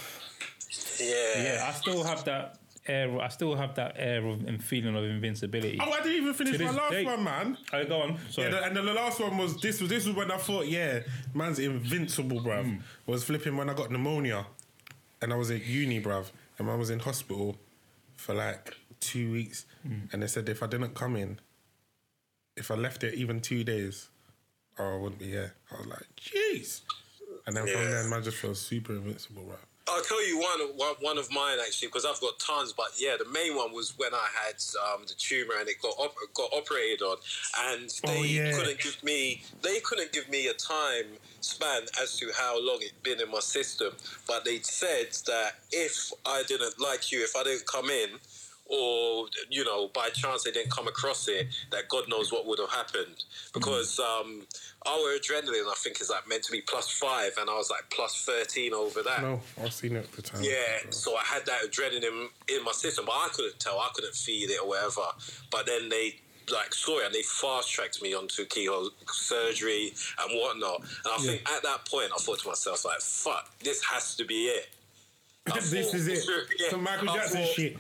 S3: Yeah.
S4: Yeah, I still have that air. I still have that air of and feeling of invincibility.
S5: Oh, I didn't even finish
S4: To
S5: my
S4: this
S5: last
S4: day-
S5: one, man.
S4: Oh, go on.
S5: Yeah,
S4: Sorry.
S5: the- and then the last one was this was this was when I thought, yeah, man's invincible, bruv. Was flipping when I got pneumonia, and I was at uni, bruv, and I was in hospital for like two weeks, and they said if I didn't come in, if I left it even two days, oh, I wouldn't be here. I was like, jeez. And then from
S3: Yeah.
S5: then, man just feels super invincible, bruv.
S3: I'll tell you one one, one of mine actually because I've got tons, but yeah, the main one was when I had um, the tumor and it got op- got operated on, and they
S5: Oh, yeah.
S3: couldn't give me they couldn't give me a time span as to how long it'd been in my system, but they said that if I didn't like you, if I didn't come in. Or you know, by chance they didn't come across it. That God knows what would have happened because
S5: Mm.
S3: um, our adrenaline, I think, is like meant to be plus five, and I was like plus thirteen over that.
S5: No, I've seen it at the time.
S3: Yeah,
S5: bruv.
S3: so I had that adrenaline in my system, but I couldn't tell, I couldn't feel it or whatever. But then they like saw it and they fast tracked me onto keyhole surgery and whatnot. And I think at that point, I thought to myself, like, "Fuck, this has to be it." I
S5: this
S3: thought-
S5: is it.
S3: Yeah,
S5: Some Michael
S3: I
S5: Jackson
S3: thought-
S5: shit.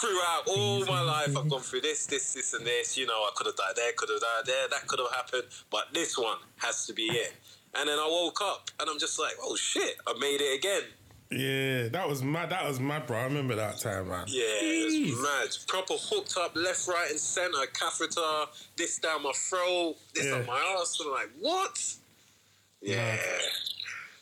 S3: throughout all my life, I've gone through this, this, this, and this. You know, I could have died there, could have died there, that could have happened, but this one has to be it. And then I woke up and I'm just like, oh shit, I made it again.
S5: Yeah, that was mad. That was mad, bro. I remember that time, man.
S3: Yeah,
S5: Jeez.
S3: it's mad. Proper hooked up, left, right, and center, catheter, this down my throat, this
S5: Yeah.
S3: up my ass. I'm like, what? Yeah.
S5: Mad.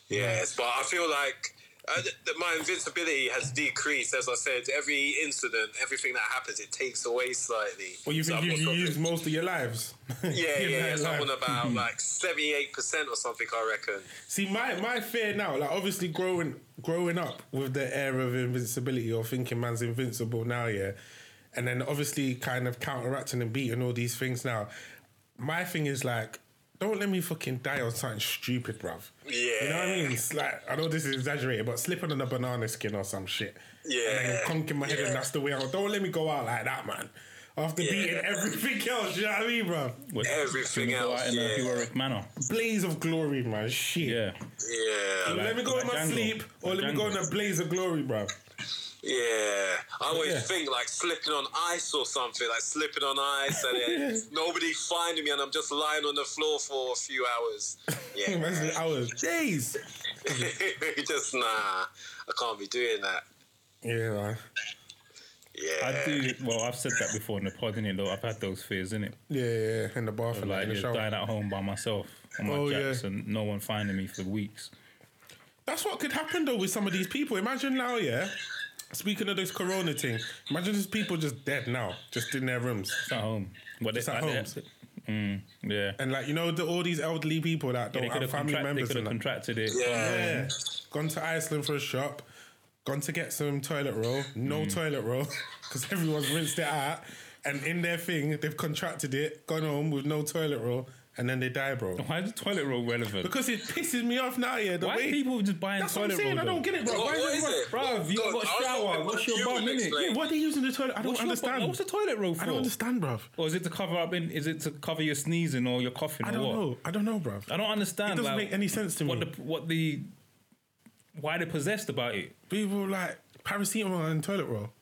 S3: Yes, but I feel like uh, th- th- my invincibility has decreased. As I said, every incident, everything that happens, it takes away slightly.
S5: Well, you
S3: So
S5: think
S3: I've
S5: you've
S3: got
S5: used
S3: something-
S5: most of your lives?
S3: Yeah,
S5: Your
S3: yeah,
S5: nine
S3: yeah. So I'm on
S5: lives.
S3: about like 78% or something, I reckon.
S5: See, my my fear now, like obviously growing growing up with the air of invincibility or thinking man's invincible now, yeah, and then obviously kind of counteracting and beating all these things now. My thing is like, don't let me fucking die on something stupid, bruv. You know what I
S3: Yeah.
S5: mean? It's like I know this is exaggerated, but slipping on a banana skin or some shit. And then
S3: Yeah.
S5: conking my head
S3: Yeah.
S5: and that's the way out. Don't let me go out like that, man. After
S3: Yeah.
S5: beating everything else, you know what I mean, bruv?
S4: What-
S3: Everything
S4: you go out
S3: else,
S4: in a
S3: yeah.
S4: heroic manner.
S5: Blaze of glory, man. Shit.
S4: Yeah.
S3: Yeah.
S5: let me go
S4: like
S5: in my
S4: Django.
S5: sleep or
S4: Like
S5: let me go in
S4: Django.
S5: a blaze of glory, bruv.
S3: Yeah, I always
S5: Yeah.
S3: think like slipping on ice or something, like slipping on ice, and then nobody finding me, and I'm just lying on the floor for a few hours. Yeah,
S5: That's the hours. Jeez.
S3: just nah, I can't be doing that.
S5: Yeah, man.
S3: Yeah,
S4: I do. Well, I've said that before in the pod, innit? Though I've had those fears, innit?
S5: Yeah, yeah, yeah. In the bathroom,
S4: Like
S5: in the
S4: just
S5: shower.
S4: dying at home by myself on my
S5: Oh, yeah.
S4: jacks and no one finding me for weeks.
S5: That's what could happen though with some of these people. Imagine now, yeah. Speaking of this corona thing, imagine these people just dead now, just in their rooms.
S4: It's at home. What
S5: It's
S4: they,
S5: at
S4: like,
S5: homes.
S4: they- Mm, yeah.
S5: And like, you know, the, all these elderly people that
S4: Yeah,
S5: don't
S4: they could have
S5: have family
S4: contract- they
S5: members
S4: could have
S5: and that.
S4: contracted it.
S3: yeah,
S5: Yeah. Um, Gone to Iceland for a shop. Gone to get some toilet roll. No
S4: Mm.
S5: toilet roll because everyone's rinsed it out. And in their thing, they've contracted it. Gone home with no toilet roll, and then they die, bro.
S4: Why is the toilet roll relevant?
S5: Because it pisses me off now, yeah. The
S4: Oh. Why
S5: way
S4: are people just buying
S5: That's what
S4: toilet
S5: I'm saying.
S4: roll?
S5: I
S4: though?
S5: don't get it, bro.
S3: What-
S5: Why
S3: what
S5: everyone-
S3: is it?
S4: Bruv, you
S3: God,
S4: got
S3: I was
S4: shower.
S3: hoping
S4: What's your
S3: you
S4: bum,
S3: would
S4: innit?
S3: explain.
S5: Yeah, what are they using the toilet? I don't
S4: What's your-
S5: understand.
S4: What's the toilet roll for?
S5: I don't understand, bruv.
S4: Or is it to cover up? In, is it to cover your sneezing or your coughing?
S5: I
S4: or
S5: don't
S4: what?
S5: know. I don't know, bruv.
S4: I don't understand.
S5: It doesn't
S4: like,
S5: make any sense to
S4: what
S5: me.
S4: The, what the why they possessed about it?
S5: People like paracetamol and toilet roll.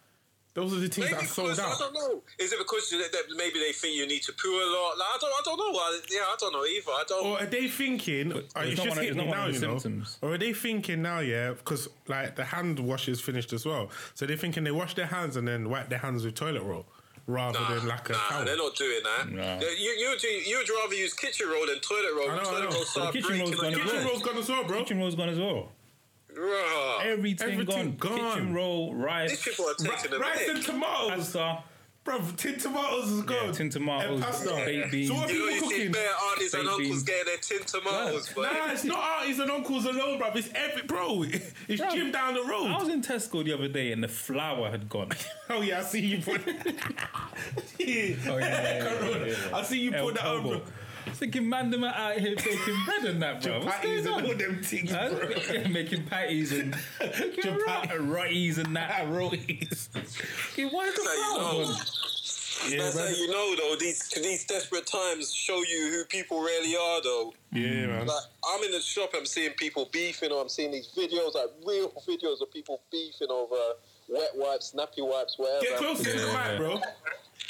S5: Those are the things
S3: Maybe
S5: that are sold
S3: because, I
S5: out.
S3: don't know. Is it because you- that maybe they think you need to poo a lot? Like, I don't, I don't know. I, yeah, I don't know either. I don't.
S5: Or are they thinking? uh,
S4: it's
S5: it's
S4: not
S5: just
S4: one of-
S5: hit
S4: it's
S5: me
S4: not one of
S5: now,
S4: the
S5: you know.
S4: symptoms.
S5: Or are they thinking now? Yeah, because like the hand wash is finished as well, so they're thinking they wash their hands and then wipe their hands with toilet roll rather than like a
S3: nah,
S5: towel.
S3: they're not doing that.
S4: Nah.
S3: They- You, you, do- you'd rather use kitchen roll than toilet roll.
S5: I know, I
S3: toilet
S5: know.
S3: roll
S5: The
S3: start
S4: kitchen
S3: breaking
S4: roll's
S3: on
S4: gone
S3: your
S4: as well.
S5: Kitchen
S3: hand.
S5: roll's gone as well, bro.
S4: Kitchen roll's gone as well.
S3: Rah.
S4: Everything,
S5: Everything
S4: gone.
S5: gone.
S4: Kitchen roll,
S3: These
S4: rice,
S3: people are taking
S5: Ri-
S3: a
S5: Rice and
S3: mic.
S5: tomatoes,
S4: pasta,
S5: bro. Tin tomatoes is gone.
S4: yeah, tin tomatoes,
S5: and pasta.
S4: baked beans.
S5: So what
S3: You know,
S5: people
S3: you see
S5: cooking?
S3: bare aunties and
S4: baked
S3: uncles
S4: beans.
S3: getting their tin tomatoes, but
S5: Nah, it's not aunties and uncles alone, bro. It's every bro. It's
S4: Bruv,
S5: Jim down the road.
S4: I was in Tesco the other day and the flour had gone.
S5: Oh yeah, I see you put. yeah.
S4: Oh, yeah, yeah, yeah,
S5: Corona.
S4: yeah, yeah.
S5: I see you put that
S4: El-
S5: on, bro.
S4: elbow. I was thinking, man, them are out here baking bread and that, bro. What's
S5: Patties
S4: going
S5: and all
S4: on?
S5: them things,
S4: Huh?
S5: bro.
S4: Yeah, making patties and making
S5: Japan-
S4: rot- rotties and that.
S5: Rotis.
S4: Okay, Why is the
S3: That's how you
S4: flour
S3: know.
S4: gone?
S3: That's how you know, though. These these desperate times show you who people really are, though.
S5: Yeah, man.
S3: Like I'm in the shop, I'm seeing people beefing, or I'm seeing these videos, like real videos of people beefing over wet wipes, nappy wipes, whatever.
S5: Get closer to the mic, bro.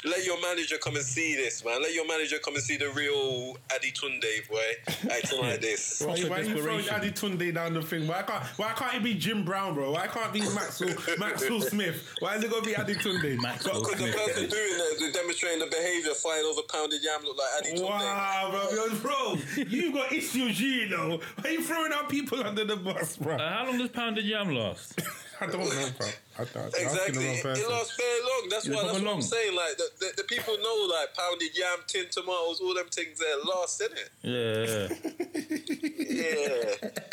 S3: Let your manager come and see this, man. Let your manager come and see the real Adi Tunde boy acting like this.
S5: Why, why are you throwing
S4: desperation.
S5: Daddy Tunde down the thing? Why can't Why can't it be Jim Brown, bro? Why can't it be Maxwell Maxwell Smith? Why is it gonna be Adi Tunde?
S4: Maxwell
S3: Because the
S4: Smith.
S3: person doing that, the demonstrating the behavior, flying over pounded yam, look like Adi Tunde.
S5: Wow, bro, yo, bro, you got issues, you know. Why are you throwing out people under the bus, bro?
S4: Uh, how long does pounded yam last?
S5: I don't know, bro. I, I,
S3: Exactly, it lasts very long. That's
S4: You
S3: why.
S4: look
S3: That's what
S4: long.
S3: I'm saying. Like the, the, the people know, like pounded yam, tin tomatoes, all them things that last in it.
S4: Yeah.
S3: Yeah,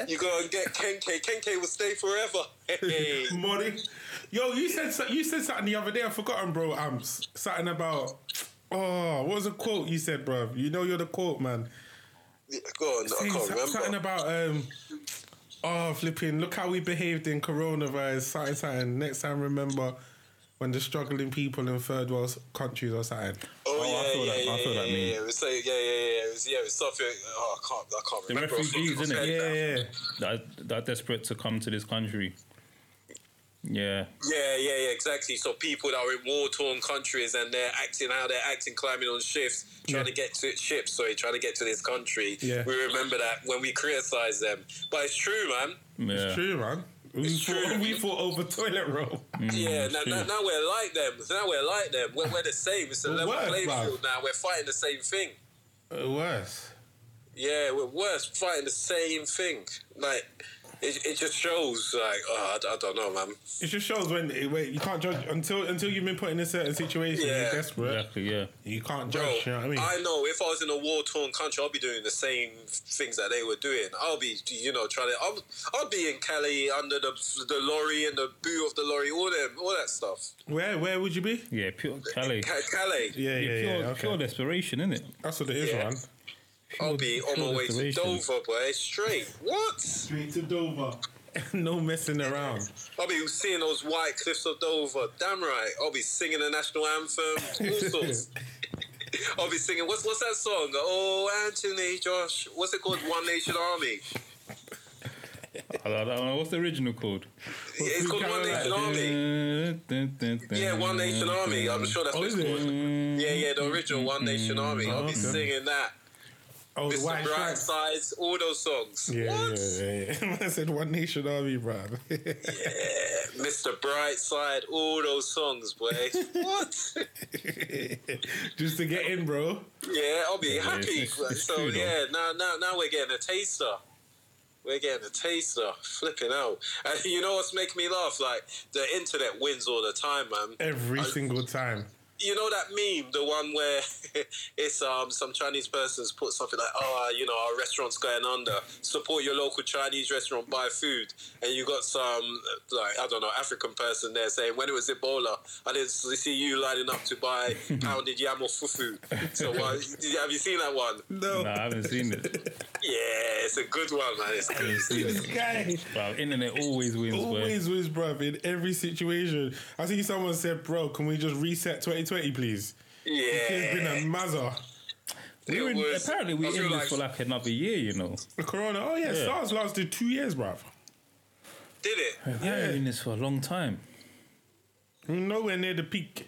S3: you gotta get Kenke. Kenke will stay forever. Hey.
S5: Money. Yo, you said so- you said something the other day. I forgotten, bro. Um, s- something about. Oh, what was the quote you said, bro? You know you're the quote man.
S3: Go on, I
S5: Saying
S3: can't
S5: so- Something
S3: remember.
S5: about um. Oh, flipping! Look how we behaved in coronavirus. Something, something. Next time, remember when the struggling people in third world countries or something.
S3: Oh,
S4: I
S3: yeah,
S4: feel
S3: yeah,
S4: that-
S3: yeah,
S4: I feel
S3: yeah,
S4: that
S3: yeah,
S4: meme.
S3: yeah. It was like, yeah, yeah, yeah. It was, yeah, it was something. Oh, I can't, I can't
S4: The
S3: remember. off
S4: refugees,
S3: top of my
S4: innit?
S3: head
S5: Yeah,
S3: now.
S5: yeah.
S4: that, that desperate to come to this country. Yeah.
S3: Yeah, yeah, yeah, exactly. So people that are in war-torn countries and they're acting how they're acting, climbing on ships, trying
S5: Yeah.
S3: to get to ships, sorry, trying to get to this country.
S5: Yeah.
S3: We remember that when we criticize them. But it's true, man.
S4: Yeah.
S5: It's true, man. We
S3: It's
S5: fought,
S3: true.
S5: we fought over toilet roll.
S4: Mm.
S3: yeah, now, now,
S4: true.
S3: now we're like them. Now we're like them. We're, we're the same. It's a
S5: We're
S3: level
S5: worse,
S3: playing
S5: bruv.
S3: field now. We're fighting the same thing.
S5: Uh, worse.
S3: Yeah, we're worse fighting the same thing. Like, it, it just shows, like, oh, I d- I, don't know, man.
S5: It just shows when wait, you can't judge until until you've been put in a certain situation. You're
S3: Yeah.
S5: desperate.
S4: Exactly, yeah.
S5: You can't
S3: Bro,
S5: judge. you know what I mean?
S3: know if I was in a war torn country, I'll be doing the same things that they were doing. I'll be, you know, trying to. I'll, I'll be in Cali under the the lorry and the boot of the lorry, all them, all that stuff.
S5: where where would you be?
S4: Yeah, pure Cali.
S3: Ca- Calais,
S5: Yeah, yeah, yeah.
S4: pure,
S5: okay.
S4: pure desperation, isn't it?
S5: That's what it is,
S3: Yeah.
S5: man.
S3: I'll be on my way to
S4: desperation.
S3: Dover, boy, straight. What?
S5: Straight to Dover. no messing around.
S3: I'll be seeing those white cliffs of Dover. Damn right. I'll be singing the national anthem. All sorts. I'll be singing. What's what's that song? Oh, Anthony, Josh. What's it called? One Nation Army.
S4: I don't know. What's the original called?
S3: It's called One Nation
S5: Mm.
S3: Army. Yeah,
S4: Yeah,
S3: One Nation Army. I'm sure that's
S5: Oh,
S3: what it's
S5: is it?
S3: called. Yeah, yeah, the original One Nation Army. I'll be
S5: okay.
S3: singing that.
S5: Oh, the
S3: Mr.
S5: white
S3: Bright
S5: stripes.
S3: Sides, all those songs.
S5: Yeah,
S3: what?
S5: yeah, yeah, yeah. I said one nation army, bro.
S3: Yeah, Mr. Bright Side, all those songs, boy. what?
S5: Just to get in, bro.
S3: Yeah, I'll be
S4: it's-
S3: happy.
S4: it's- it's
S3: so
S4: true, though.
S3: yeah, now now now we're getting a taster. We're getting a taster. Flipping out. And you know what's making me laugh? Like the internet wins all the time, man.
S5: Every single time.
S3: You know that meme, the one where it's um some Chinese person's put something like, "Oh, you know, our restaurant's going under. Support your local Chinese restaurant, buy food." And you got some like I don't know African person there saying, "When it was Ebola, I didn't see you lining up to buy pounded yam or fufu." So uh, have you seen that one?
S5: No.
S4: Nah, I haven't seen it.
S3: Yeah, it's a good one, man. It's
S4: I haven't
S3: good.
S4: seen
S5: This
S4: it.
S5: guy
S4: Wow, internet always wins, boy.
S5: always wins, bro, in every situation. I think someone said, bro, can we just reset 2020, please? It's been
S3: Yeah.
S5: a mazza.
S4: We were in,
S3: It was-
S4: apparently, we
S3: I
S4: were
S3: feel
S4: in this
S3: like-
S4: for like another year, you know.
S5: The corona. Oh, yeah,
S4: Yeah.
S5: SARS lasted two years, bro.
S3: Did it?
S4: Yeah, we were in this for a long time.
S5: We're nowhere near the peak.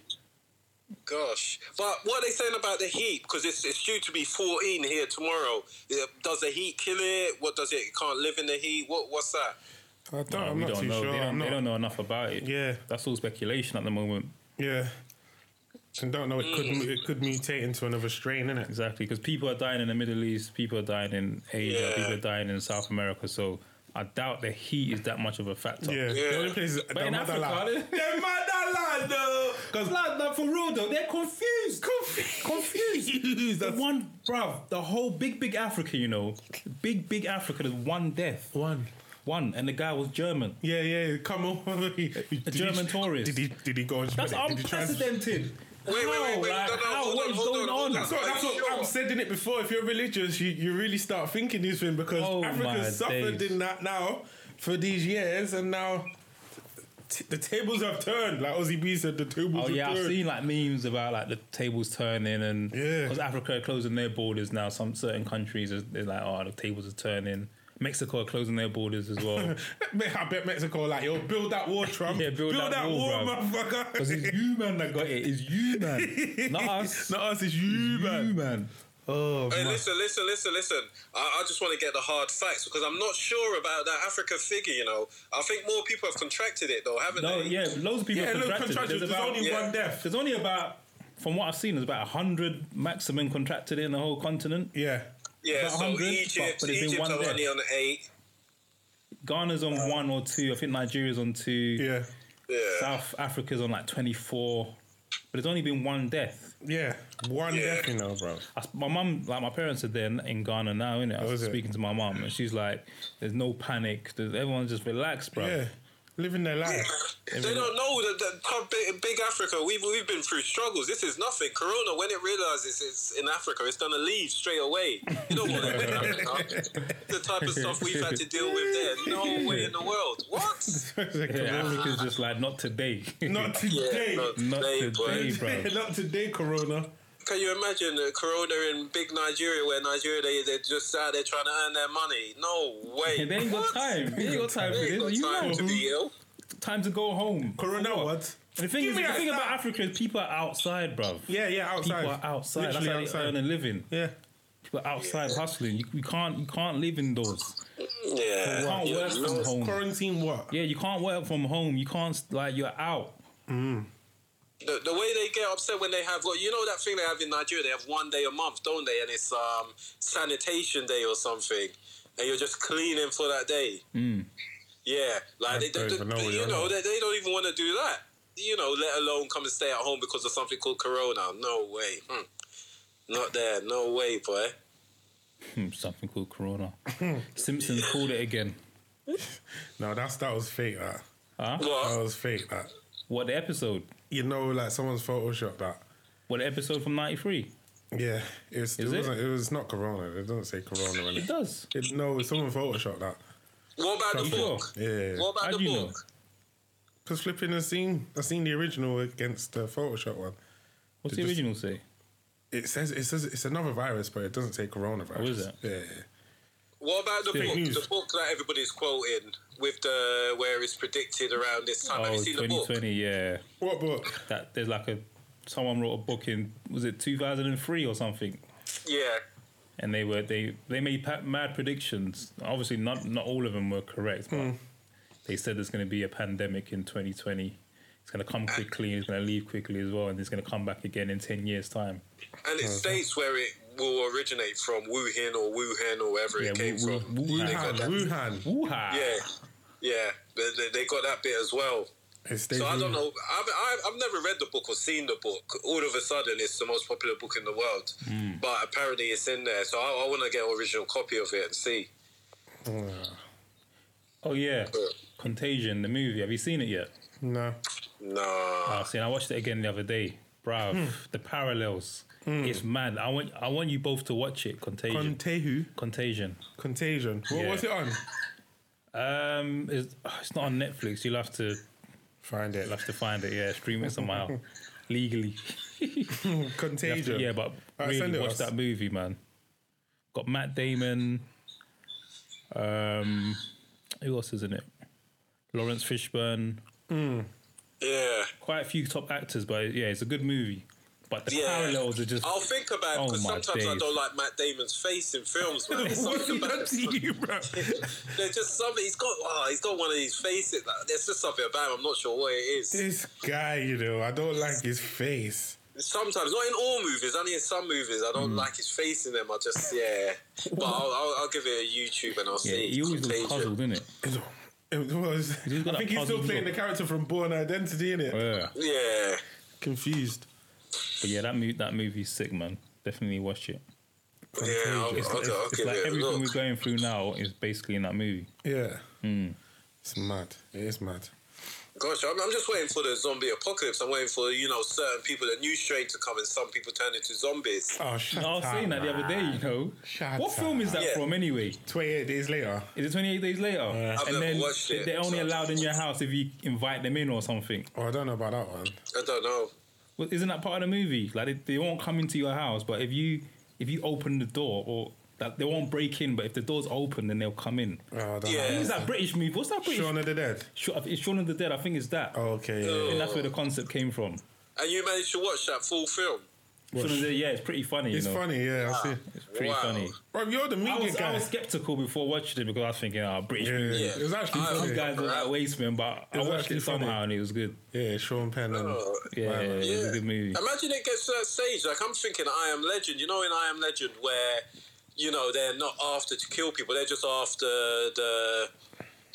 S3: Gosh. But what are they saying about the heat? Because it's, it's due to be 14 here tomorrow. Yeah, Does the heat kill it? What does it? it can't live in the heat? What What's that?
S5: I don't,
S4: Nah,
S5: I'm
S4: we
S5: not
S4: don't
S5: too
S4: know.
S5: sure.
S4: They,
S5: I'm
S4: don't,
S5: not,
S4: they don't know enough about it.
S5: Yeah.
S4: that's all speculation at the moment.
S5: Yeah. And don't know, it could mu- it could mutate into another strain, innit?
S4: Exactly, because people are dying in the Middle East, people are dying in Asia,
S3: Yeah.
S4: people are dying in South America. So I doubt the heat is that much of a factor.
S5: Yeah. The only place is
S4: But in Africa, they- they're mad at lad, though. Because lad, like, for real though, they're confused. Confused. confused. The one, bruv, the whole big, big Africa, you know. Big, big Africa, there's one death.
S5: One.
S4: One. And the guy was German.
S5: Yeah, yeah, come on. a
S4: German tourist.
S5: Did he, did he go and
S4: That's
S5: did he trans-
S4: unprecedented.
S3: Wait, wait, wait, wait,
S4: How?
S3: no,
S4: Like,
S3: no,
S4: how?
S3: hold
S4: What
S3: on,
S4: is
S3: hold
S4: going
S3: on, hold
S4: on?
S3: on.
S5: So that's
S3: Are
S5: what
S3: you sure?
S5: I've said in it before. If you're religious, you, you really start thinking these things because
S4: Oh, my
S5: Africa's suffered
S4: days.
S5: in that now for these years, and now t- the tables have turned. Like Ozzy B said, the tables
S4: Oh
S5: have
S4: yeah, I've
S5: turned.
S4: seen like memes about like the tables turning and
S5: Yeah.
S4: because Africa are closing their borders now. Some certain countries are they're like, oh, the tables are turning. Mexico are closing their borders as well
S5: Man, I bet Mexico like yo build that wall, Trump.
S4: Yeah, build that wall, bruv.
S5: motherfucker.
S4: because it's you man that got it. It's you man, not us.
S5: Not us, it's you,
S4: It's
S5: man.
S4: You man.
S5: Oh,
S3: Hey,
S5: man.
S3: listen, listen, listen, listen. I, I just want to get the hard facts because I'm not sure about that Africa figure. You know, I think more people have contracted it though, haven't
S4: No,
S3: they?
S4: yeah, loads of people
S5: Yeah,
S4: have
S5: look,
S4: contracted.
S5: contractions,
S4: There's
S5: There's
S4: about
S5: only
S3: Yeah.
S5: one death.
S4: there's only about from what I've seen, there's about hundred maximum contracted in the whole continent.
S5: Yeah,
S3: yeah.
S4: about
S3: So
S4: 100, but-
S3: Egypt,
S4: but it's been
S3: Egypt
S4: one
S3: are
S4: death.
S3: only on eight.
S4: Ghana's on one or two. I think Nigeria's on two.
S5: yeah,
S3: Yeah.
S4: South Africa's on like 24, but there's only been one death.
S5: yeah. One
S3: Yeah.
S5: death, you know, bro.
S4: I, my mum, like my parents are there in Ghana now, innit? I was
S5: Oh, is it?
S4: speaking to my mum, and she's like, "There's no panic. There's, everyone's just relaxed, bro."
S5: Yeah, living their life.
S3: They don't know that, that how big, big Africa. We've we've been through struggles. This is nothing. Corona, when it realizes it's in Africa, it's gonna leave straight away. You know what? the type of stuff we've had to deal with there. No way in the world. What?
S4: Yeah, Africa's just like, not today.
S5: Not
S3: Yeah,
S5: today.
S3: no,
S4: Not
S3: they-
S4: today, bro.
S5: Not today, Corona.
S3: Can you imagine uh, Corona in big Nigeria, where Nigeria they they're just out there trying to earn their money? No way.
S4: they ain't got
S3: What?
S4: time. They ain't got time for
S3: They ain't
S4: this. You
S3: got time
S4: know,
S3: to be ill.
S4: time to go home.
S5: Corona what?
S4: The thing
S5: Give
S4: is,
S5: me
S4: the
S5: that
S4: thing about
S5: star.
S4: Africa is people are outside, bro.
S5: Yeah, yeah, outside.
S4: People are outside.
S5: Literally
S4: That's how
S5: outside.
S4: they earn a living.
S5: Yeah.
S4: People are outside hustling. You, you can't, you can't live indoors.
S3: Yeah.
S4: You can't
S3: Yeah,
S4: work from
S3: no.
S4: home.
S5: Quarantine what?
S4: Yeah, you can't work from home. You can't like you're out.
S3: The, the way they get upset when they have, like, you know, that thing they have in Nigeria, they have one day a month, don't they? And it's um, sanitation day or something, and you're just cleaning for that day. Yeah, like they,
S5: don't
S3: they-
S5: even know what
S3: you
S5: you're
S3: know,
S5: on.
S3: they, they don't even want to do that. You know, let alone come and stay at home because of something called Corona. No way, Hmm. not there. No way, boy.
S4: Hmm, something called Corona. Simpsons called it again.
S5: No, that's that was fake. That that
S4: Oh,
S3: What?
S5: was fake. That
S4: What the episode?
S5: you know, like someone's photoshopped that.
S4: What the episode from '93?
S5: Yeah, it's, it
S4: Is it?
S5: wasn't. It? was not Corona. It doesn't say Corona. In
S4: It
S5: it.
S4: does.
S5: It, no, someone photoshopped that.
S3: What about
S4: You
S3: the
S4: sure?
S3: book?
S5: Yeah,
S3: What about
S4: How
S3: the
S4: do you know?
S3: book?
S5: because flipping has seen I seen the original against the Photoshop one.
S4: What's the
S5: It just-
S4: original say?
S5: It says it says it's another virus, but it doesn't say coronavirus.
S4: Oh, is it?
S5: Yeah, yeah.
S3: What about the
S4: Fake
S3: book?
S5: news.
S3: The book that everybody's quoting with the where it's predicted around this time. Have
S4: Oh,
S3: you seen the book?
S4: 2020. Yeah,
S5: What book?
S4: that there's like a someone wrote a book in was it 2003 or something,
S3: Yeah.
S4: and they were they they made pa- mad predictions. Obviously, not not all of them were correct, but they said there's going to be a pandemic in 2020. It's going to come quickly. It's going to leave quickly as well, and it's going to come back again in 10 years' time.
S3: And it states where it will originate from Wuhan or Wuhan or wherever
S4: Yeah,
S3: it came
S4: Wu-
S3: from.
S4: Wu-
S3: They
S5: Wuhan.
S3: got that-
S5: Wuhan.
S4: Wuhan.
S3: Hmm. Yeah, yeah, they, they, they got that bit as well.
S5: It's
S3: So I don't know. I've, I've- I've never read the book or seen the book. All of a sudden, it's the most popular book in the world.
S4: Mm.
S3: But apparently, it's in there. So I, I want to get an original copy of it and see.
S4: Oh yeah, Contagion, the movie. Have you seen it yet?
S5: No.
S3: Nah.
S4: Ah, see, I watched it again the other day. Bruv,
S5: Hmm.
S4: the parallels. It's mad. I want, I want you both to watch it. Contagion.
S5: Contahu.
S4: Contagion.
S5: Contagion. What
S4: Yeah.
S5: was it on?
S4: Um, it's, ah, it's not on Netflix. You'll have to, you'll
S5: Find it.
S4: have to find it. Yeah, stream it somehow, legally. You have
S5: Contagion.
S4: to- yeah, but
S5: Alright, send
S4: really
S5: it
S4: watch
S5: us.
S4: that movie, man. Got Matt Damon. Um, who else is in it? Lawrence Fishburne.
S3: Yeah.
S4: quite a few top actors, but yeah, it's a good movie. But the
S3: Yeah.
S4: parallels are just
S3: I'll think about it
S4: Oh,
S3: because
S4: my
S3: sometimes I
S4: days.
S3: don't like Matt Damon's face in films, man. There's something about
S5: Up to you, bro.
S3: There's just something. He's got. Oh, he's got one of these faces. Like, there's just something about him. I'm not sure what it is.
S5: this guy, you know, I don't like his face.
S3: Sometimes, not in all movies, only in some movies. I
S4: Mm.
S3: don't like his face in them. I just, yeah. But I'll, I'll, I'll give it a YouTube and I'll
S4: Yeah,
S3: see.
S4: he always looks
S3: Contagion.
S4: puzzled, didn't it?
S5: It's- It was.
S4: just got
S5: I
S4: that
S5: think he's still
S4: puzzled
S5: playing
S4: look.
S5: the character from Born Identity, innit? it?
S4: Yeah.
S3: Yeah.
S5: Confused.
S4: But yeah, that movie, that movie's sick, man. Definitely watch it.
S3: Yeah, I'll,
S4: It's,
S3: I'll,
S4: it's-
S3: I'll
S4: it's
S3: give
S4: like
S3: it a
S4: everything
S3: look.
S4: we're going through now is basically in that movie.
S5: Yeah.
S4: Hmm.
S5: It's mad. It is mad.
S3: Gosh, I'm, I'm just waiting for the zombie apocalypse. I'm waiting for, you know, certain people, the new strain to come and some people turn into zombies.
S5: Oh, shut
S4: I was saying that the other day, you know.
S5: Shut
S4: what
S5: up.
S4: film is that
S3: Yeah.
S4: from anyway?
S5: 28 days later.
S4: Is it 28 days later?
S3: I've never
S4: and then
S3: watched it,
S4: they're only
S3: so-
S4: allowed in your house if you invite them in or something.
S5: Oh, I don't know about that one.
S3: I don't know.
S4: Well, isn't that part of the movie? Like they, they won't come into your house, but if you if you open the door or like, they won't break in, but if the door's open, then they'll come in.
S5: Oh, I don't
S3: Yeah.
S5: know.
S4: It's that British movie. What's that British?
S5: Shaun of the Dead.
S4: Sh- It's Shaun of the Dead. I think it's that.
S5: Oh, okay. Yeah, yeah.
S4: And that's where the concept came from.
S3: And you managed to watch that full film?
S4: Shaun of the Dead, yeah, it's pretty funny.
S5: It's
S4: you know?
S5: funny, yeah. I see.
S4: It's pretty
S3: Wow.
S4: funny.
S5: Bro, you're the
S4: I
S5: media
S4: was,
S5: guy.
S4: I was skeptical before watching it because I was thinking, oh, British
S5: yeah,
S4: movie.
S5: yeah. It was actually
S3: I- I'm
S5: funny.
S4: These guys are like waste, man, but I
S5: was
S4: watched
S5: actually
S4: it somehow
S5: funny.
S4: and it was good.
S5: Yeah, Sean Penn. And,
S3: Oh,
S4: Yeah,
S5: Wow.
S4: it was a good movie.
S3: Imagine it gets to that stage. Like I'm thinking, I Am Legend. You know, in I Am Legend, where you know they're not after to kill people; they're just after the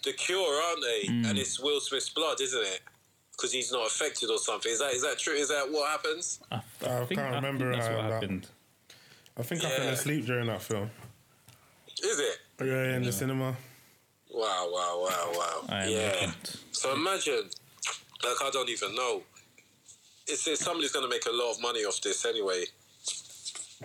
S3: the cure, aren't they?
S4: Mm.
S3: And it's Will Smith's blood, isn't it? Because he's not affected or something. Is that is that true? Is that what happens?
S4: I,
S5: I
S4: think,
S5: can't remember,
S4: I think that's
S5: uh,
S4: what
S5: that-
S4: happened.
S5: I think I fell
S3: Yeah.
S5: asleep during that film.
S3: Is it?
S5: Yeah, in the cinema.
S3: Wow! Wow! Wow! Wow!
S4: I am
S3: yeah.
S4: Legend.
S3: So imagine, like I don't even know. It's, it's somebody's going to make a lot of money off this anyway.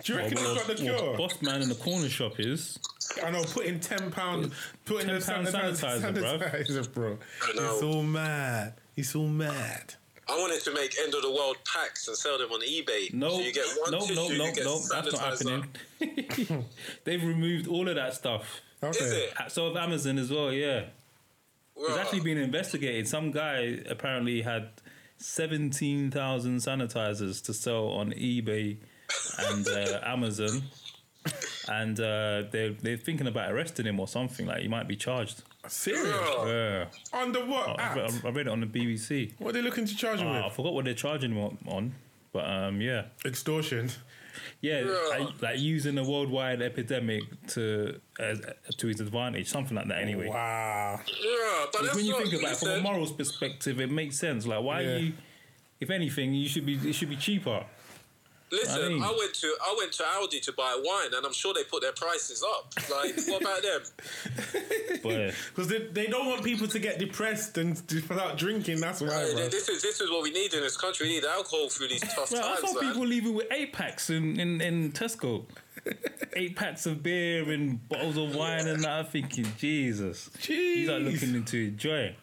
S5: Do you reckon he's got the
S4: Well,
S5: cure?
S4: boss man in the corner shop is.
S5: I know, putting ten pound, putting the
S4: £10
S5: sanitizer,
S4: sanitizer, bruv.
S5: sanitizer, bro.
S3: I know.
S5: It's all mad. It's all mad.
S3: I wanted to make end of the world packs and sell them on eBay.
S4: No,
S3: so you get one
S4: no,
S3: tissue,
S4: no,
S3: you
S4: no,
S3: get
S4: no, that's not
S3: sanitizer.
S4: happening. They've removed all of that stuff.
S5: Okay.
S3: Is it?
S4: So of Amazon as well, yeah. It's
S3: Right.
S4: actually been investigated. Some guy apparently had 17,000 sanitizers to sell on eBay and uh, Amazon. And uh, they're, they're thinking about arresting him or something. Like, he might be charged.
S5: Serious?
S3: Right.
S4: Yeah. Oh, um,
S5: Under what
S4: I,
S5: act?
S4: re- I read it on the BBC.
S5: what are they looking to charge him
S4: Uh, I
S5: with?
S4: forgot what they're charging him on- on. But um, yeah.
S5: Extortion.
S4: Yeah,
S3: Yeah.
S4: I- like using a worldwide epidemic to as, to his advantage, something like that. Anyway,
S5: Wow.
S3: Yeah, but that's
S4: when you
S3: not,
S4: think about it from a
S3: listen,
S4: morals perspective, it makes sense. Like, why
S5: Yeah.
S4: you? If anything, you should be. It should be cheaper.
S3: listen,
S4: I
S3: I,
S4: mean-
S3: went to I went to Aldi to buy wine, and I'm sure they put their prices up. Like, what about them?
S4: But
S5: Because they, they don't want people to get depressed and d- without drinking. That's why,
S3: Hey,
S5: bro.
S3: this is this is what we need in this country. We need alcohol through these tough
S4: well, I
S3: times,
S4: saw
S3: man.
S4: people leaving with eight packs in in, in Tesco, eight packs of beer and bottles of wine, and that. I'm thinking, Jesus, you are
S5: Jeez.
S4: looking into enjoy.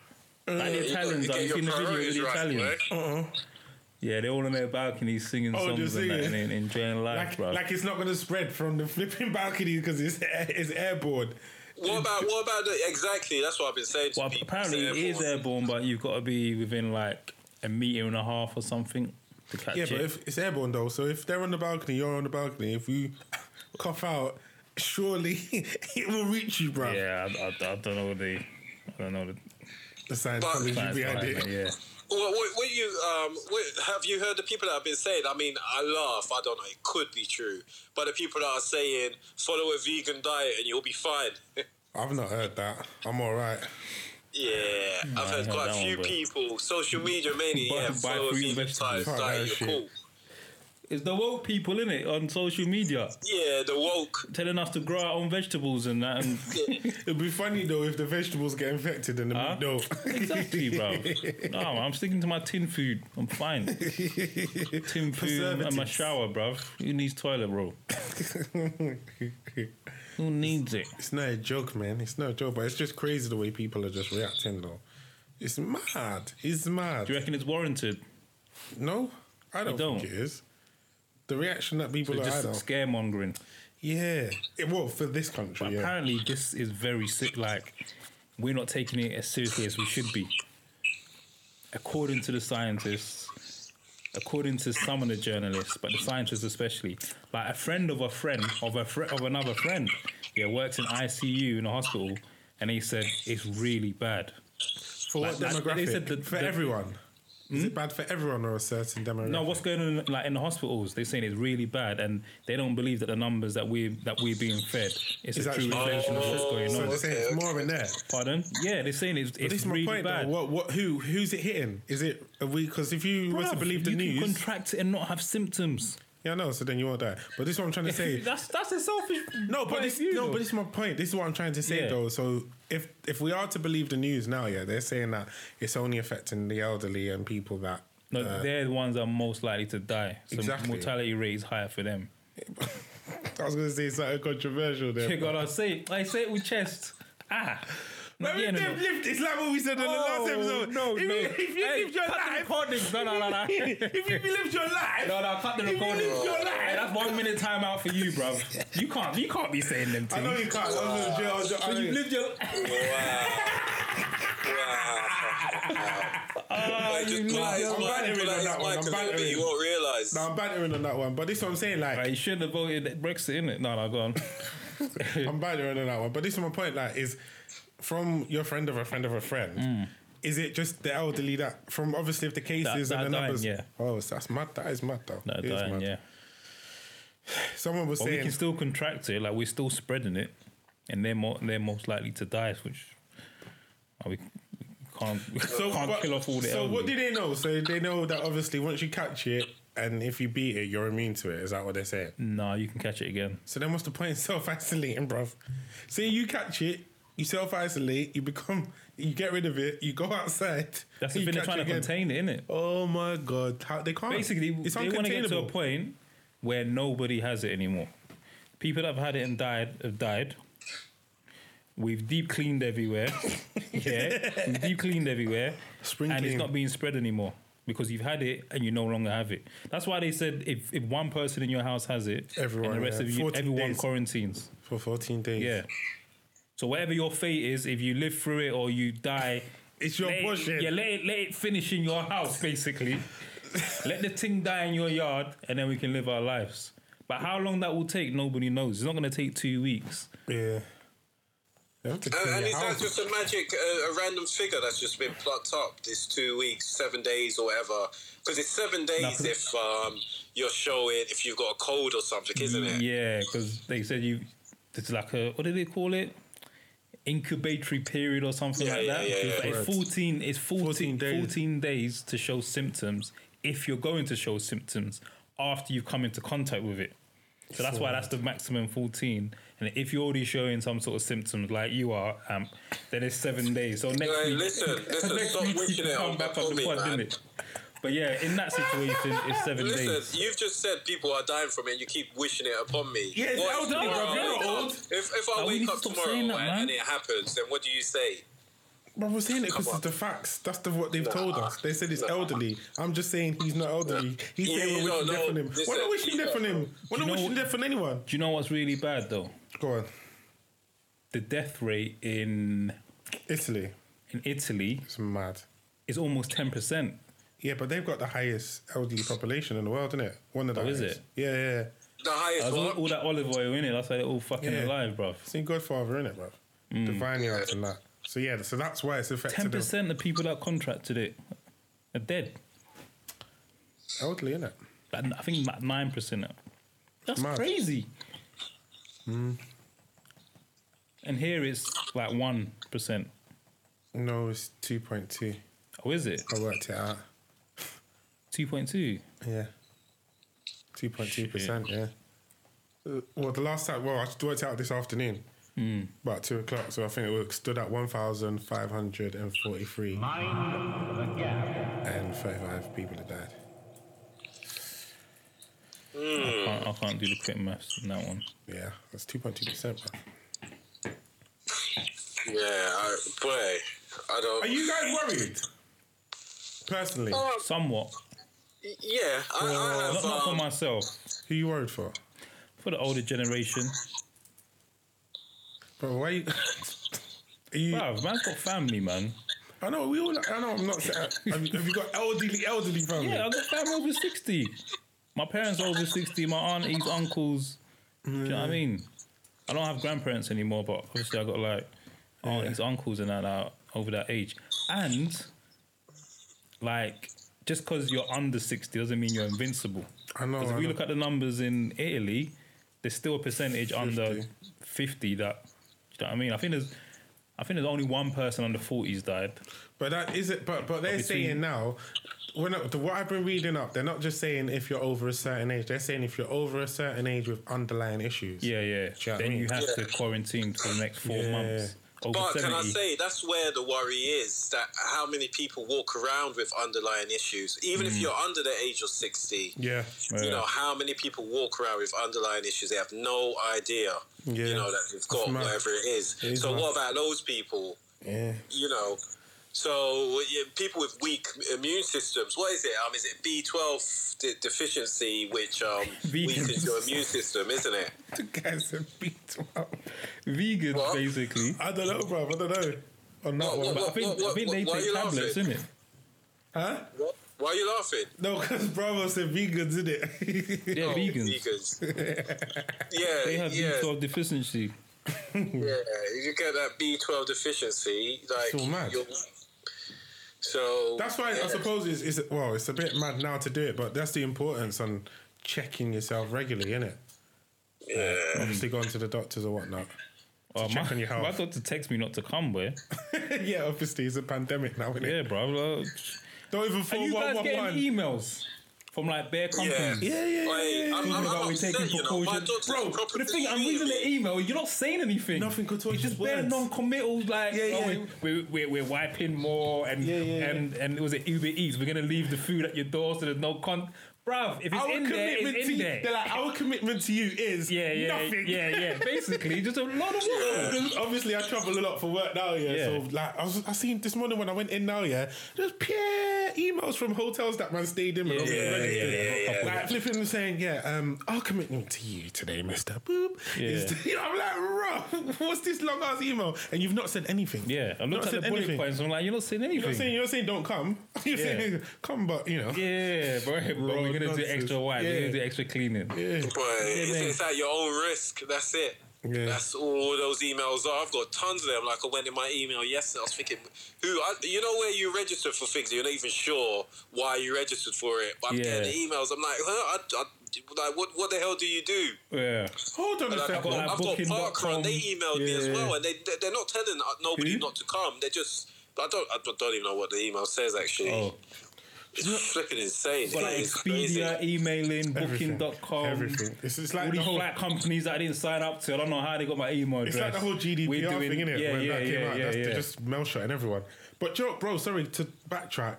S4: Like the
S3: Uh, You gotta
S4: Italians,
S3: get
S4: I've
S3: your
S4: seen the video with
S3: priorities
S4: the
S3: right,
S4: Italians.
S3: man.
S5: Uh-huh.
S4: Yeah, they're all on their balconies singing
S5: Oh,
S4: songs
S5: just
S4: and, that,
S5: singing.
S4: and, and enjoying life,
S5: Like,
S4: bro.
S5: like it's not going to spread from the flipping balcony because it's, air- it's airborne.
S3: What about what about the, exactly? That's what I've been saying to
S4: Well,
S3: people.
S4: apparently it is airborne, but you've got to be within like a meter and a half or something to catch
S5: Yeah,
S4: it.
S5: but if it's airborne though, so if they're on the balcony, you're on the balcony. If you cough out, surely it will reach you, bro.
S4: yeah, I, I, I don't know the, I don't know the
S5: The Scientology
S4: science
S5: behind
S4: behind
S5: it.
S4: it. Yeah,
S3: Well, what, what you um, what, have you heard the people that have been saying? I mean, I laugh. I don't know. It could be true, but the people that are saying follow a vegan diet and you'll be fine.
S5: I've not heard that. I'm all right.
S3: yeah, I've
S4: I
S3: heard
S4: heard
S3: quite a
S4: that
S3: few
S4: one, bro.
S3: people, social media mainly,
S4: Buy-
S3: yeah,
S4: buy
S3: follow a
S4: fruit and
S3: vegan
S4: vegetables.
S3: diet,
S5: Fuck that
S3: diet you're
S5: shit.
S3: cool.
S4: it's the woke people in it on social media
S3: Yeah, the woke.
S4: telling us to grow our own vegetables and that. And
S5: It'd be funny though if the vegetables get infected and the
S4: Huh?
S5: meat don't.
S4: exactly, bro. No, I'm sticking to my tin food. I'm fine. tin food and my
S5: Preservatives.
S4: shower, bro. Who needs toilet roll? Who needs it?
S5: it's not a joke, man. It's not a joke, but it's just crazy the way people are just reacting though. It's mad. It's mad.
S4: Do you reckon it's warranted?
S5: no, I don't,
S4: don't?
S5: think it is. The reaction that people are
S4: Just
S5: having.
S4: scaremongering.
S5: Yeah. It, well, for this country,
S4: But
S5: yeah.
S4: apparently, this is very sick. Like, we're not taking it as seriously as we should be. According to the scientists, according to some of the journalists, but the scientists especially, like a friend of a friend of a fri of another friend, yeah, works in ICU in a hospital, and he said it's really bad.
S5: for
S4: like,
S5: what
S4: like,
S5: demographic?
S4: they said that
S5: for
S4: the- Hmm?
S5: everyone. Is it bad for everyone or a certain demo?
S4: No, what's going on like in the hospitals? They're saying it's really bad, and they don't believe that the numbers that we that we're being fed is a true
S5: actually-
S4: reflection of what's going
S5: Oh. So
S4: on.
S5: they're saying it's more in there.
S4: Pardon? Yeah, they're saying it's,
S5: But
S4: it's
S5: this is my
S4: really
S5: point
S4: bad.
S5: though. What, what, who, who's it hitting? Is it, are we, because if you were to
S4: Bruv,
S5: believe the
S4: you
S5: news,
S4: can contract it and not have symptoms.
S5: yeah, I know, so then you won't die. But this is what I'm trying to say.
S4: that's that's a selfish.
S5: No, but
S4: point
S5: this,
S4: of view,
S5: no,
S4: though.
S5: but this is my point. This is what I'm trying to say
S4: Yeah.
S5: though. So if if we are to believe the news now, yeah, they're saying that it's only affecting the elderly and people that.
S4: No,
S5: uh,
S4: they're the ones that are most likely to die. So
S5: Exactly.
S4: mortality rate is higher for them.
S5: I was gonna say something controversial there.
S4: Yeah,
S5: but-
S4: God, I say it. I say it with chest. Ah.
S5: But if
S4: Yeah, no,
S5: they've
S4: no.
S5: lived, it's like what we said on the last episode.
S4: Oh, No,
S5: if,
S4: no.
S5: You, if you
S4: Hey,
S5: lived your
S4: cut the
S5: life,
S4: recordings. No, no, no, no.
S5: if you lived your life,
S4: No, no, cut the
S5: if you
S4: recording.
S5: lived your life,
S4: Hey, that's one minute time out for you, bruv. You can't, you can't be saying them
S5: I know
S4: things.
S5: you can't. I was just- I was just- I
S4: So
S5: know
S4: you
S5: you-
S4: lived your.
S3: Like, just
S4: you
S3: put that
S5: lied.
S3: his
S5: I'm
S3: mind,
S5: bantering
S3: put that
S5: on
S3: his
S5: that one,
S3: mind,
S5: I'm
S3: 'cause it'll be-
S5: bantering.
S3: you won't realise.
S5: No, I'm bantering on that one, but this is what I'm saying. Like,
S4: Right, you shouldn't have voted Brexit, innit? No, no, go on.
S5: I'm bantering on that one, but this is my point. Like, is from your friend of a friend of a friend. Is it just the elderly that from obviously if the cases
S4: Mm. that
S5: and
S4: dying,
S5: the numbers?
S4: yeah.
S5: Oh, so that's mad. That is mad though.
S4: No,
S5: It is
S4: dying,
S5: mad.
S4: yeah.
S5: Someone was
S4: But we
S5: saying
S4: can still contract it. Like we're still spreading it, and they're more, they're most likely to die, which oh, we we can't we can't
S5: but-
S4: kill off all the.
S5: So
S4: elderly.
S5: what do they know? So they know that obviously once you catch it and if you beat it, you're immune to it. Is that what they're saying?
S4: No, you can catch it again.
S5: So then what's the point in self isolating, bruv? Say you catch it, you self isolate, you become, you get rid of it, you go outside.
S4: That's the
S5: you
S4: thing they're
S5: catch
S4: trying to
S5: it again.
S4: contain it, innit?
S5: Oh my god, how they can't.
S4: Basically,
S5: it's
S4: they want to get to a
S5: uncontainable.
S4: point where nobody has it anymore. People that have had it and died have died. We've deep cleaned everywhere. yeah, we've deep cleaned everywhere,
S5: Spring
S4: and
S5: clean.
S4: it's not being spread anymore because you've had it and you no longer have it. That's why they said if, if one person in your house has it,
S5: Everyone,
S4: and the rest
S5: yeah.
S4: of you,
S5: 14
S4: everyone
S5: days.
S4: quarantines.
S5: for 14 days.
S4: Yeah. So whatever your fate is, if you live through it or you die,
S5: It's your
S4: let it-
S5: portion.
S4: Yeah, let it let it finish in your house, basically. let the thing die in your yard, and then we can live our lives. But how long that will take, nobody knows. It's not going to take two weeks.
S5: Yeah. They have to
S3: And,
S5: clean
S3: and
S5: your
S3: is that
S5: house.
S3: just a magic, uh, a random figure that's just been plucked up this two weeks, seven days, or whatever? Because it's seven days
S4: 'cause it-
S3: if um, you're showing if you've got a cold or something, isn't it?
S4: Yeah, because they said you. It's like a what do they call it? Incubatory period or something
S3: Yeah,
S4: like
S3: yeah,
S4: that.
S3: yeah, yeah.
S4: But It's fourteen. It's 14,
S5: 14 days.
S4: 14 days to show symptoms if you're going to show symptoms after you've come into contact with it. So that's why that's the maximum 14. And if you're already showing some sort of symptoms like you are, um, then it's seven days. So next
S3: Hey,
S4: week,
S3: listen, listen,
S4: next
S3: stop
S4: week you
S3: wishing it
S4: come
S3: on-
S4: back
S3: on
S4: on the
S3: me,
S4: pod,
S3: man.
S4: innit? But yeah, in that situation, it's seven
S3: Listen,
S4: days.
S3: you've just said people are dying from it and you keep wishing it upon me.
S5: Yeah, it's
S3: What if
S5: elderly,
S3: tomorrow-
S5: bruv, you're not old.
S3: If, if I
S4: Like, we need
S3: wake
S4: to
S3: up
S4: stop
S3: tomorrow
S4: saying that,
S3: and,
S4: man.
S3: and it happens, then what do you say?
S5: Bro, we're saying it because
S3: Come
S5: it's
S3: on.
S5: the facts. That's the, what they've told
S3: Nah.
S5: us. They said it's
S3: Nah.
S5: elderly. I'm just saying he's not elderly. He's
S3: Yeah,
S5: saying
S3: you
S5: we're wishing
S3: don't
S5: death on
S3: know.
S5: him.
S3: This
S5: We're not
S3: is-
S5: wishing death on him. We're not
S4: know
S5: wishing
S4: what-
S5: death on anyone.
S4: Do you know what's really bad though?
S5: Go on.
S4: The death rate in
S5: Italy.
S4: in Italy
S5: It's mad.
S4: is almost ten percent.
S5: Yeah, but they've got the highest elderly population in the world, isn't it? One of the
S4: Oh, is
S5: highest.
S4: it?
S5: Yeah, yeah, yeah.
S3: The highest
S4: That's all,
S3: one.
S4: all that olive oil in it. That's why they're all fucking
S5: Yeah.
S4: alive, bruv.
S5: Seen Godfather, innit, bro? Divine yards and that. So yeah, so that's why it's
S4: Mm. Ten
S5: affected the
S4: percent of people that contracted it are dead.
S5: elderly, innit?
S4: Like, I think like nine percent. That's
S5: Mad. Hmm.
S4: crazy. And here it's like one percent.
S5: No, it's two point two.
S4: Oh, is it
S5: I worked it out.
S4: two point two?
S5: Yeah. Two point two percent, yeah. Uh, Well, the last time, well, I just worked it out this afternoon, about two o'clock. So I think it was- stood at one thousand five hundred and forty-three
S2: Mind the gap.
S5: and thirty-five people have died.
S4: I can't, I can't do the quick maths on that one.
S5: Yeah, that's two point two percent.
S3: Yeah, I, boy, I don't.
S5: Are you guys worried? Oh. Personally,
S4: Somewhat,
S3: yeah, I, I
S4: not,
S3: have.
S4: not for
S3: um,
S4: myself,
S5: who you worried for?
S4: for the older generation.
S5: Bro, why you? Are you,
S4: Bruv, man's got family, man.
S5: I know we all. I know I'm not. saying- Have you, have you got elderly, elderly family?
S4: Yeah, I got family over sixty. My parents are over sixty. My aunties, uncles. Do you know what I mean? I don't have grandparents anymore, but obviously I got like oh, aunties, uncles, and that are over that age. And like just because you're under 60 doesn't mean you're invincible.
S5: I know,
S4: Because if
S5: I
S4: we
S5: know.
S4: look at the numbers in Italy, there's still a percentage under 50 that, you know what I mean? I think there's. I think there's only one person under 40s died.
S5: But that is it. But but they're
S4: between-
S5: saying now, when I- the- what I've been reading up, they're not just saying if you're over a certain age. They're saying if you're over a certain age with underlying issues.
S4: Yeah, yeah.
S5: Do you know what I
S4: then
S5: mean?
S4: you have
S3: Yeah.
S4: to quarantine for the next four
S5: Yeah.
S4: months. Over
S3: But
S4: 70.
S3: can I say that's where the worry is that how many people walk around with underlying issues, even if you're under the age of sixty.
S5: Mm. Yeah.
S3: You
S4: Yeah.
S3: know how many people walk around with underlying issues? They have no idea.
S5: Yeah.
S3: You know that they've got
S5: It's mad.
S3: whatever it is.
S5: It is
S3: so
S5: mad.
S3: what about those people?
S5: Yeah.
S3: You know. So yeah, people with weak immune systems, what is it? Um, is it B twelve de- deficiency, which um, weakens your immune system, isn't it?
S5: The guys are beat up.
S4: Vegans,
S3: What?
S4: basically.
S5: I don't know, bro. I don't know. On that
S3: What-
S5: one,
S3: what-
S4: I
S5: but-
S4: think, I think they
S3: why are
S4: take
S3: you
S4: tablets,
S3: laughing?
S4: innit?
S5: huh?
S3: What? Why are you laughing?
S5: No, because Bravo said vegans, is it?
S4: Yeah,
S3: Oh,
S4: vegans.
S3: vegans. yeah,
S4: They have
S3: yeah,
S4: B12 deficiency.
S3: yeah. If you get that B twelve deficiency, like
S5: So mad.
S3: you're- so
S5: That's why
S3: yeah.
S5: I suppose it's, it's well, it's a bit mad now to do it, but that's the importance on checking yourself regularly, isn't it?
S3: Yeah.
S5: Obviously, going to the doctors or whatnot.
S4: Oh,
S5: check
S4: my,
S5: on your health.
S4: my doctor text me not to come, boy.
S5: yeah, obviously, it's a pandemic now, isn't it?
S4: Yeah, bro. Like,
S5: Don't even
S4: are
S5: phone
S4: you
S5: one
S4: guys
S5: one
S4: getting
S5: one.
S4: emails from like bear companies?
S5: Yeah, yeah, yeah,
S3: Wait,
S5: yeah.
S3: I'm,
S4: Talking
S3: I'm,
S4: about
S3: I'm
S4: we're
S3: upset,
S4: taking
S3: you know. My
S4: precautions.
S3: daughter's
S5: Bro,
S3: proper
S4: But the thing, I'm reading
S5: e-
S4: the email. You're not saying anything.
S5: Nothing could talk
S4: It's
S5: to
S4: just
S5: words.
S4: bare non-committal. Like,
S5: Yeah,
S4: oh,
S5: yeah.
S4: We're, we're, we're wiping more, and
S5: Yeah, yeah, yeah.
S4: and and it was at Uber Eats. We're gonna leave the food at your door, so there's no con. Bruv, if it's
S5: Our
S4: in there,
S5: commitment
S4: it's
S5: to
S4: in
S5: you,
S4: there.
S5: they're like, our commitment to you is
S4: yeah, yeah,
S5: nothing.
S4: yeah, yeah. Basically, just a lot of words.
S5: Because Obviously, I travel a lot for work now, yeah.
S4: Yeah.
S5: So, like, I, was, I seen this morning when I went in now, yeah, there's pure emails from hotels that man stayed in. Yeah,
S4: yeah,
S5: yeah, Like, flipping and saying, yeah, um, our commitment to you today, Mr. Boop. Is you know, I'm like, bro, what's this long ass email? And you've not said anything.
S4: Yeah, I
S5: Not
S4: looked at
S5: said
S4: the bullet
S5: anything.
S4: points. I'm like, you're not saying anything.
S5: You're not saying, you're not saying don't come. You're
S4: Yeah.
S5: saying come, but, you know.
S4: Yeah, bro. bro
S5: Raw
S4: we're gonna do
S5: nonsense.
S4: extra wide. We're
S5: Yeah.
S4: gonna do extra cleaning.
S5: Yeah.
S3: But it's,
S4: man.
S3: it's at your own risk. That's it.
S5: Yeah.
S3: That's all those emails are. I've got tons of them. Like I went in my email yesterday. I was thinking, who? I, you know where you registered for things? and You're not even sure why you registered for it. But I'm
S4: Yeah.
S3: getting the emails. I'm like, huh? I, I, like what? What the hell do you do?
S4: Yeah.
S5: Hold on a
S3: Like, I've
S5: second.
S3: got,
S4: like
S3: I've got
S4: uh, booking
S3: Parkrun.
S4: dot com.
S3: They emailed me as
S5: Yeah.
S3: well, and they they- they're not telling uh, nobody
S4: Who?
S3: not to come. They're just. I don't. I don't even know what the email says. Actually,
S4: Oh,
S3: it's flipping insane.
S4: but like
S3: It is crazy.
S4: Expedia, emailing,
S5: Everything.
S4: booking.com.
S5: Everything. It's, it's
S4: all
S5: like the
S4: these
S5: whole
S4: flight companies that I didn't sign up to. I don't know how they got my email address.
S5: It's like the whole GDPR
S4: We're doing-
S5: thing, innit?
S4: Yeah,
S5: when
S4: yeah,
S5: that came
S4: yeah,
S5: out,
S4: yeah,
S5: that's
S4: yeah.
S5: they're just mail shotting everyone. But Joe, bro, sorry to backtrack.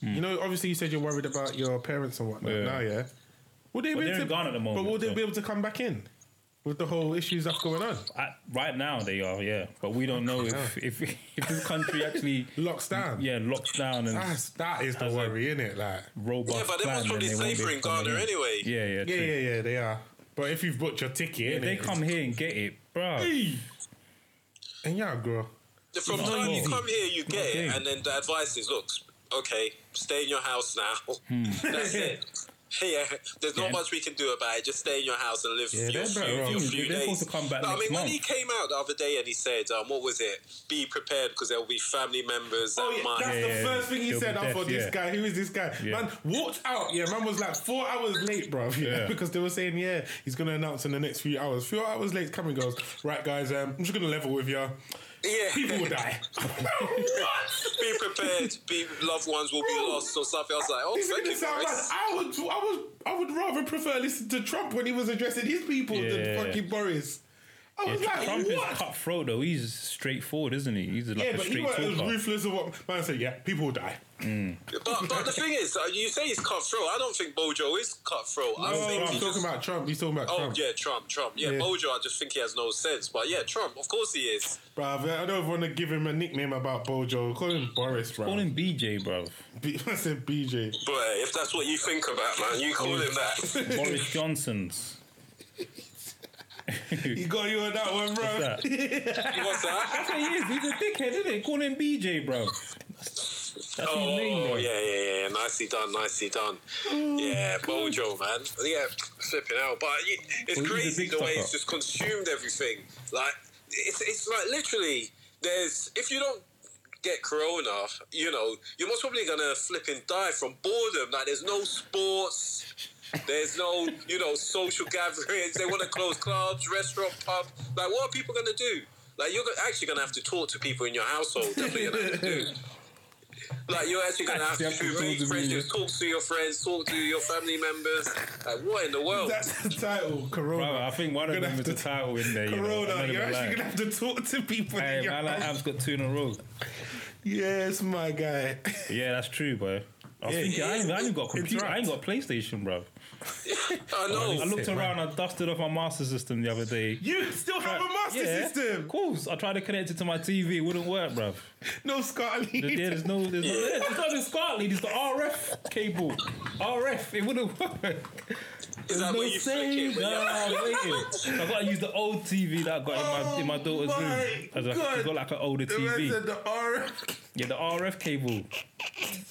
S5: You know, obviously, you said you're worried about your parents and whatnot.
S4: Hmm. Yeah.
S5: Now, yeah, would they be
S4: But
S5: able
S4: they're
S5: to,
S4: in Ghana at the moment,
S5: But will they
S4: so-
S5: be able to come back in with the whole issues that's going on?
S4: I, right now they are, yeah. But we don't
S5: Oh,
S4: know if if, if this country actually
S5: Locks down.
S4: Mm, yeah locks down and
S5: That's, that is the
S4: As a-
S5: worry, isn't it? Like,
S4: robust.
S3: Yeah, but everyone's
S4: plan,
S3: probably
S4: then they won't
S3: safer
S4: be
S3: in
S4: coming
S3: Ghana anyway.
S4: Yeah, yeah,
S5: yeah,
S4: true.
S5: yeah, yeah, they are. But if you've booked your ticket,
S4: If they
S5: innit,
S4: come here and get it, bro.
S5: and yeah, girl,
S3: From
S4: It's not
S3: time you
S4: easy.
S3: come here, you get
S4: okay.
S3: it, and then the advice is, look, okay, stay in your house now. That's it. Yeah, there's not
S4: Hmm. Yeah.
S3: much we can do about it. Just stay in your house and live
S5: Yeah,
S3: your
S5: they're
S3: few,
S5: better
S3: your
S5: off.
S3: few
S4: They're supposed
S3: days.
S4: to come back
S3: No, I
S4: next
S3: mean, when
S4: month.
S3: he came out the other day and he said, um, "What was it? Be prepared because there will be family members that
S5: Oh, yeah,
S3: might."
S5: that's
S4: Yeah,
S5: the
S4: yeah,
S5: first thing he
S4: they'll
S5: said.
S4: be
S5: I thought
S4: deaf,
S5: this
S4: yeah.
S5: guy, who is this guy?
S4: Yeah.
S5: Man walked out. Yeah, man was like four hours late, bro. Yeah,
S4: Yeah.
S5: because they were saying, yeah, he's gonna announce in the next few hours. Few hours late, coming goes. Right, guys, um, I'm just gonna level with you.
S3: Yeah.
S5: People will die.
S3: be prepared. Be loved ones will be lost or something. I was like, "Oh,
S5: This
S3: thank
S5: gonna
S3: you,
S5: sound like
S3: Boris."
S5: I would, I would, I would rather prefer listen to Trump when he was addressing his people than
S4: Yeah.
S5: fucking Boris. I was like,
S4: Trump
S5: what?
S4: is cutthroat though. He's straightforward, isn't he? He's like
S5: yeah,
S4: a
S5: but he
S4: straight
S5: was
S4: talker.
S5: ruthless of what man said. Yeah, people will die.
S3: But, but the thing is, uh, you say he's cutthroat. I don't think Bojo is cutthroat. I
S5: Oh,
S3: think
S5: I'm
S3: he
S5: talking
S3: just
S5: about Trump. He's talking about
S3: Oh
S5: Trump.
S3: yeah, Trump, Trump. Yeah,
S5: Yeah.
S3: Bojo. I just think he has no sense. But yeah, Trump. Of course he is.
S5: Bruv, I don't want to give him a nickname about Bojo. Call him Boris, bro.
S4: Call him BJ, bro.
S5: B- I said BJ.
S3: But if that's what you think about, man, you call him that.
S4: Boris Johnson's.
S5: He got you on that one, bro.
S4: What's that?
S3: What's that?
S4: That's what he is. He's a dickhead, isn't he? Call him BJ, bro. That's
S3: Oh
S4: his name, though.
S3: yeah, yeah, yeah, yeah. Nicely done, nicely done.
S4: Oh,
S3: Yeah, Bojo, man. Yeah, flipping out. But y- it's
S4: Well, he's a
S3: crazy
S4: big
S3: the way
S4: fucker.
S3: it's just consumed everything. Like it's it's like literally there's if you don't get corona, you know, you're most probably gonna flip and die from boredom. Like there's no sports, there's no, you know, social gatherings. They want to close clubs, restaurant, pub. Like what are people gonna do? Like you're go- actually gonna have to talk to people in your household. That's what you're gonna have to do. Like you're actually gonna have to
S6: Actually have to
S3: make
S6: talk to
S3: friends,
S6: me.
S3: just talk to your friends, talk to your family members. Like what in the world?
S5: That's the title, Corona.
S4: Bro, I think one of
S5: Gonna
S4: them is the
S5: have
S4: title in there. You know? I'm
S5: Corona,
S4: not
S5: you're
S4: gonna
S5: actually
S4: lie.
S5: gonna have to talk to people. in
S4: Hey,
S5: your
S4: man, like
S5: house.
S4: Ab's got two in a row.
S5: yes, my guy.
S4: Yeah, that's true, bro. I was thinking, I ain't, I ain't got a computer, I ain't got a PlayStation, bro.
S3: I know.
S4: I looked around, I dusted off my master system the other day.
S5: You still have a master
S4: Yeah, Of
S5: system.
S4: course. I tried to connect it to my TV, it wouldn't work, bruv.
S5: No Scott Lee.
S4: Yeah, there's no, there's no, it's not the Scarlet, it's the RF cable. RF, it wouldn't work.
S3: Is that
S4: No
S3: what you
S4: save.
S3: think?
S4: No, no, wait. I gotta use the old TV that I got in my in my daughter's
S5: Oh my
S4: room. I was like,
S5: God.
S4: I got like an older
S5: The man
S4: TV.
S5: said the RF.
S4: Yeah, the RF cable.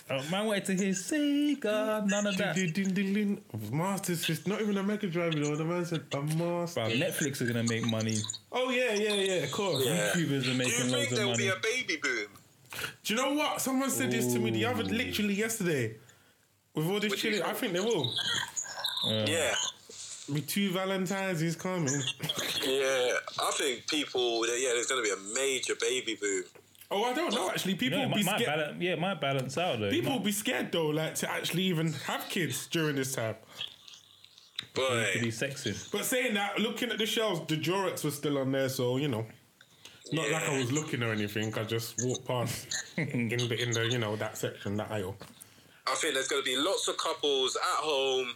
S4: Uh, man wanted to hear "Say God," none of that.
S5: Master system. Not even a Mega Drive, you know. The man said a master.
S4: Bro, Netflix is gonna make money.
S5: Oh yeah, yeah, yeah. Of course.
S3: Yeah.
S4: YouTubers are
S3: Do you
S4: making
S3: think
S4: loads of
S3: there will be
S4: money.
S3: a baby boom?
S5: Do you know what? Someone said this to me the other, literally yesterday. With all this
S3: What do you
S5: chilling, I
S3: think?
S5: think they will.
S3: Yeah.
S5: With two Valentines, he's coming.
S3: Yeah, I think people. Yeah, there's going to be a major baby boom.
S5: Oh, I don't know. Actually, people
S4: Yeah,
S5: will
S4: it might,
S5: be
S4: might
S5: scared.
S4: balance, yeah, it might balance out though.
S5: People will be scared though, like to actually even have kids during this time.
S4: to be
S3: Boy,
S4: sexist.
S5: But saying that, looking at the shelves, the Jorex was still on there, so you know, not like I was looking or anything. I just walked past in the in the you know that section, that aisle.
S3: I think there's going to be lots of couples at home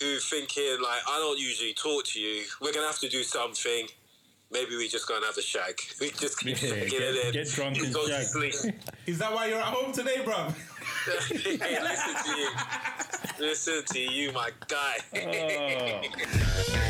S3: who thinking like, I don't usually talk to you. We're going to have to do something. Maybe we just going to have a shag. We just keep
S4: Yeah,
S3: shagging
S4: get-
S3: and then
S4: get drunk
S3: you
S4: and
S3: go
S4: shag.
S3: to sleep.
S5: Is that why you're at home today, bruv?
S3: hey, listen to you. Listen to you, my guy.
S4: Oh.